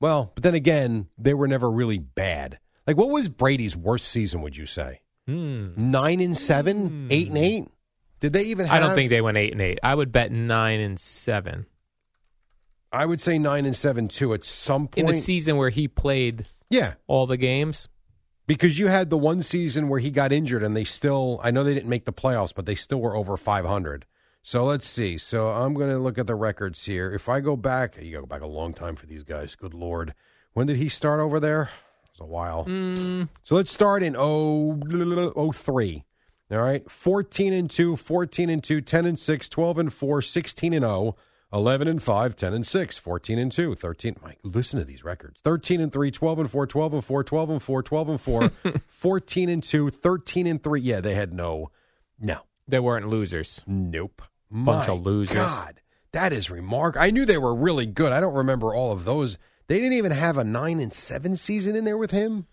S7: Well, but then again, they were never really bad. Like what was Brady's worst season? Would you say
S2: Hmm.
S7: nine and seven, eight and eight? Did they even? Have,
S2: I don't think they went eight and eight. I would bet nine and seven
S7: I would say nine and seven too. At some
S2: in
S7: point,
S2: a season where he played
S7: yeah,
S2: all the games.
S7: because you had the one season where he got injured, and they still. I know they didn't make the playoffs, but they still were over five hundred. So let's see. So I'm going to look at the records here. If I go back, you go back a long time for these guys. Good lord, when did he start over there? It was a while. So let's start in oh, 0, 03. All right. 14 and 2, 14 and 2, 10 and 6, 12 and 4, 16 and 0, 11 and 5, 10 and 6, 14 and 2, 13. Mike, listen to these records 13 and 3, 12 and 4, 12 and 4, 12 and 4, 12 and 4, 14 and 2, 13 and 3. Yeah, they had no, no.
S2: They weren't losers.
S7: Nope.
S2: Bunch
S7: My
S2: of losers.
S7: God, that is remarkable. I knew they were really good. I don't remember all of those. They didn't even have a 9 and 7 season in there with him.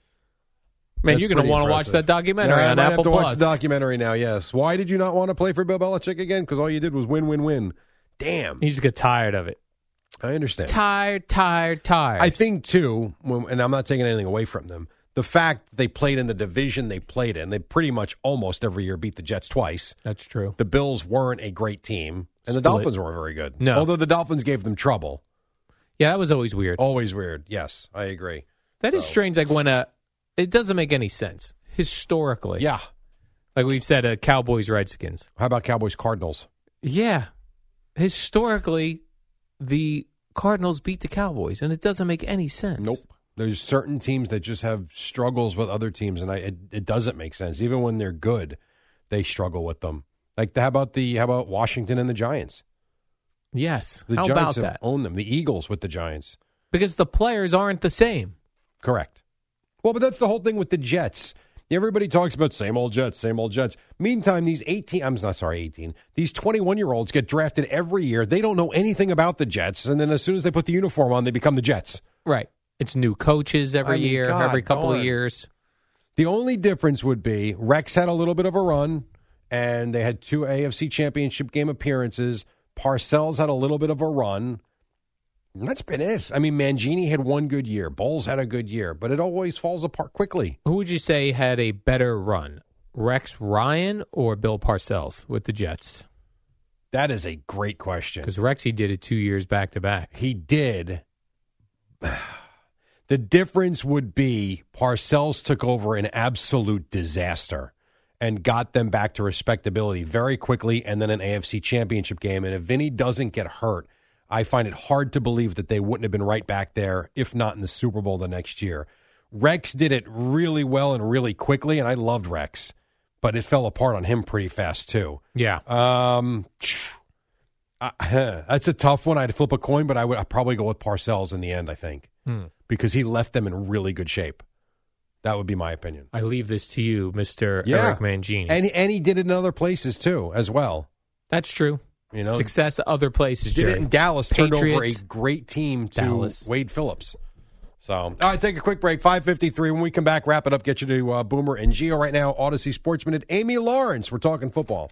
S2: Man,
S7: That's
S2: you're going to
S7: pretty
S2: want to watch
S7: impressive.
S2: that documentary
S7: Yeah, I
S2: on
S7: might
S2: Apple
S7: have to
S2: Plus.
S7: watch the documentary now. Yes. Why did you not want to play for Bill Belichick again? Because all you did was win, win, win. Damn.
S2: You just get tired of it.
S7: I understand.
S2: Tired, tired, tired.
S7: I think too, when, and I'm not taking anything away from them. The fact that they played in the division they played in, they pretty much almost every year beat the Jets twice.
S2: That's true.
S7: The Bills weren't a great team, and the
S2: Split.
S7: Dolphins weren't very good.
S2: No.
S7: although the Dolphins gave them trouble.
S2: Yeah, that was always weird.
S7: Always weird. Yes, I agree.
S2: That is strange. Like when a, it doesn't make any sense historically.
S7: Yeah.
S2: Like we've said, uh, Cowboys, Redskins.
S7: How about Cowboys, Cardinals?
S2: Yeah. Historically, the Cardinals beat the Cowboys, and it doesn't make any sense.
S7: Nope. There's certain teams that just have struggles with other teams, and I it, it doesn't make sense. Even when they're good, they struggle with them. Like how about the how about Washington and the Giants?
S2: Yes.
S7: The
S2: How
S7: Giants
S2: about
S7: have
S2: that?
S7: owned them. The Eagles with the Giants.
S2: Because the players aren't the same.
S7: Correct. Well, but that's the whole thing with the Jets. Everybody talks about same old Jets, same old Jets. Meantime, these 18, I'm not sorry, 18, these 21 year olds get drafted every year. They don't know anything about the Jets. And then as soon as they put the uniform on, they become the Jets.
S2: Right. It's new coaches every
S7: I mean,
S2: year,
S7: God
S2: every couple of
S7: darn.
S2: years.
S7: The only difference would be Rex had a little bit of a run, and they had two AFC Championship game appearances. Parcells had a little bit of a run. And that's been it. I mean, Mangini had one good year. Bowles had a good year, but it always falls apart quickly.
S2: Who would you say had a better run, Rex Ryan or Bill Parcells with the Jets?
S7: That is a great question.
S2: Because Rexy did it two years back to back.
S7: He did. The difference would be Parcells took over an absolute disaster and got them back to respectability very quickly and then an AFC championship game. And if Vinny doesn't get hurt, I find it hard to believe that they wouldn't have been right back there, if not in the Super Bowl the next year. Rex did it really well and really quickly, and I loved Rex, but it fell apart on him pretty fast too.
S2: Yeah.
S7: Um, I- that's a tough one. I'd flip a coin, but I would I'd probably go with Parcells in the end. I think
S2: Hmm.
S7: because he left them in really good shape. That would be my opinion.
S2: I leave this to you, Mr.
S7: Yeah.
S2: Eric Mangini.
S7: And and he did it in other places too, as well.
S2: That's true.
S7: You know,
S2: Success other places,
S7: did
S2: Jerry.
S7: it in Dallas, turned over a
S2: Patriots.
S7: great team to
S2: Dallas.
S7: Wade Phillips. So, all right, take a quick break. Five fifty three. When we come back, wrap it up. Get you to uh, Boomer and Geo right now. Odyssey Sports Minute. Amy Lawrence. We're talking football.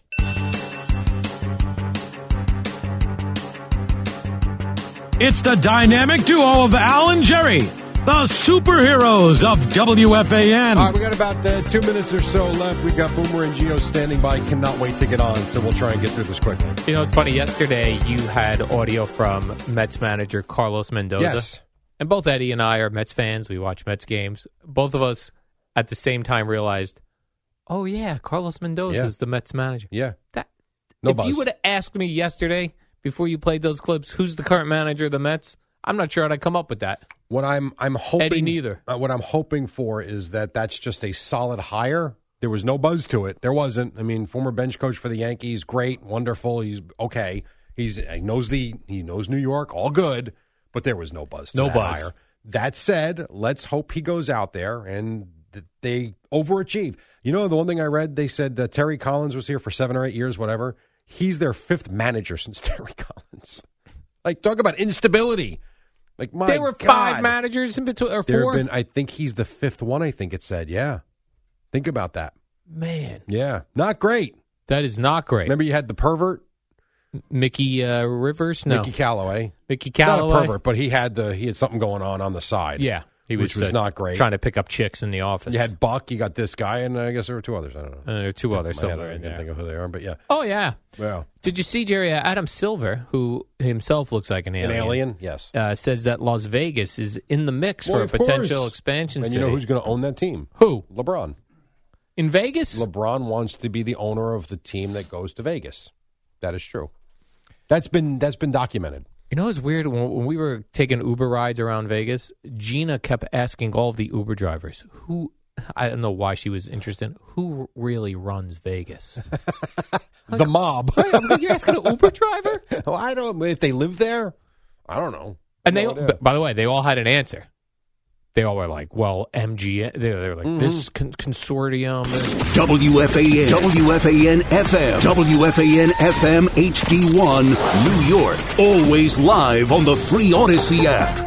S14: It's the dynamic duo of Al and Jerry, the superheroes of WFAN.
S7: All right, we got about uh, two minutes or so left. We've got Boomer and Geo standing by. Cannot wait to get on, so we'll try and get through this quickly.
S2: You know, it's funny. Yesterday, you had audio from Mets manager Carlos Mendoza.
S7: Yes.
S2: And both Eddie and I are Mets fans. We watch Mets games. Both of us at the same time realized, Oh yeah, Carlos Mendoza
S7: Yeah.
S2: is the Mets manager.
S7: Yeah.
S2: That,
S7: No
S2: if you
S7: buzz.
S2: would have asked me yesterday before you played those clips, who's the current manager of the Mets? I'm not sure I'd come up with that.
S7: What I'm I'm hoping
S2: neither.
S7: uh, what I'm hoping for is that that's just a solid hire. There was no buzz to it. There wasn't. I mean, former bench coach for the Yankees, great, wonderful. He's okay. He's he knows the he knows New York, all good. But there was no buzz. To
S2: No
S7: that
S2: buzz.
S7: Hire. That said, let's hope he goes out there and th- they overachieve. You know, the one thing I read, they said that Terry Collins was here for seven or eight years, whatever. He's their fifth manager since Terry Collins. Like, talk about instability. Like, my
S2: there were
S7: God.
S2: five managers in between, or
S7: There
S2: four.
S7: have been, I think he's the fifth one, I think it said. Yeah. Think about that.
S2: Man,
S7: Yeah. Not great.
S2: that is not great.
S7: Remember, you had the pervert,
S2: Mickey uh, Rivers, no,
S7: Mickey Calloway.
S2: Mickey
S7: Not a
S2: Callaway.
S7: pervert, but he had the he had something going on on the side.
S2: yeah, he was,
S7: which was
S2: uh,
S7: not great.
S2: Trying to pick up chicks in the office.
S7: You had Buck. You got this guy, and I guess there were two others. I don't know.
S2: And there are two
S7: Top of
S2: others
S7: my head,
S2: somewhere
S7: I
S2: in
S7: can't
S2: there.
S7: think of who they are, but yeah.
S2: Oh yeah.
S7: Well,
S2: Did you see Jerry uh, Adam Silver, who himself looks like an
S7: an
S2: alien?
S7: alien, yes.
S2: uh, says that Las Vegas is in the mix
S7: Well,
S2: for a
S7: of course.
S2: potential expansion.
S7: And you know
S2: city.
S7: who's going to own that team?
S2: Who?
S7: LeBron.
S2: in Vegas?
S7: LeBron wants to be the owner of the team that goes to Vegas. That is true. That's been that's been documented.
S2: You know, it's weird when, when we were taking Uber rides around Vegas. Gina kept asking all of the Uber drivers who. I don't know why she was interested. Who really runs Vegas?
S7: the mob.
S2: You're asking an Uber driver,
S7: Oh, I don't. If they live there, I don't know.
S2: and they.
S7: No idea.
S2: b- by the way, they all had an answer. They all were like, "Well, MGM." They, they were like, "This con- consortium."
S15: WFAN, WFAN FM, WFAN FM HD1, New York. Always live on the free Odyssey app.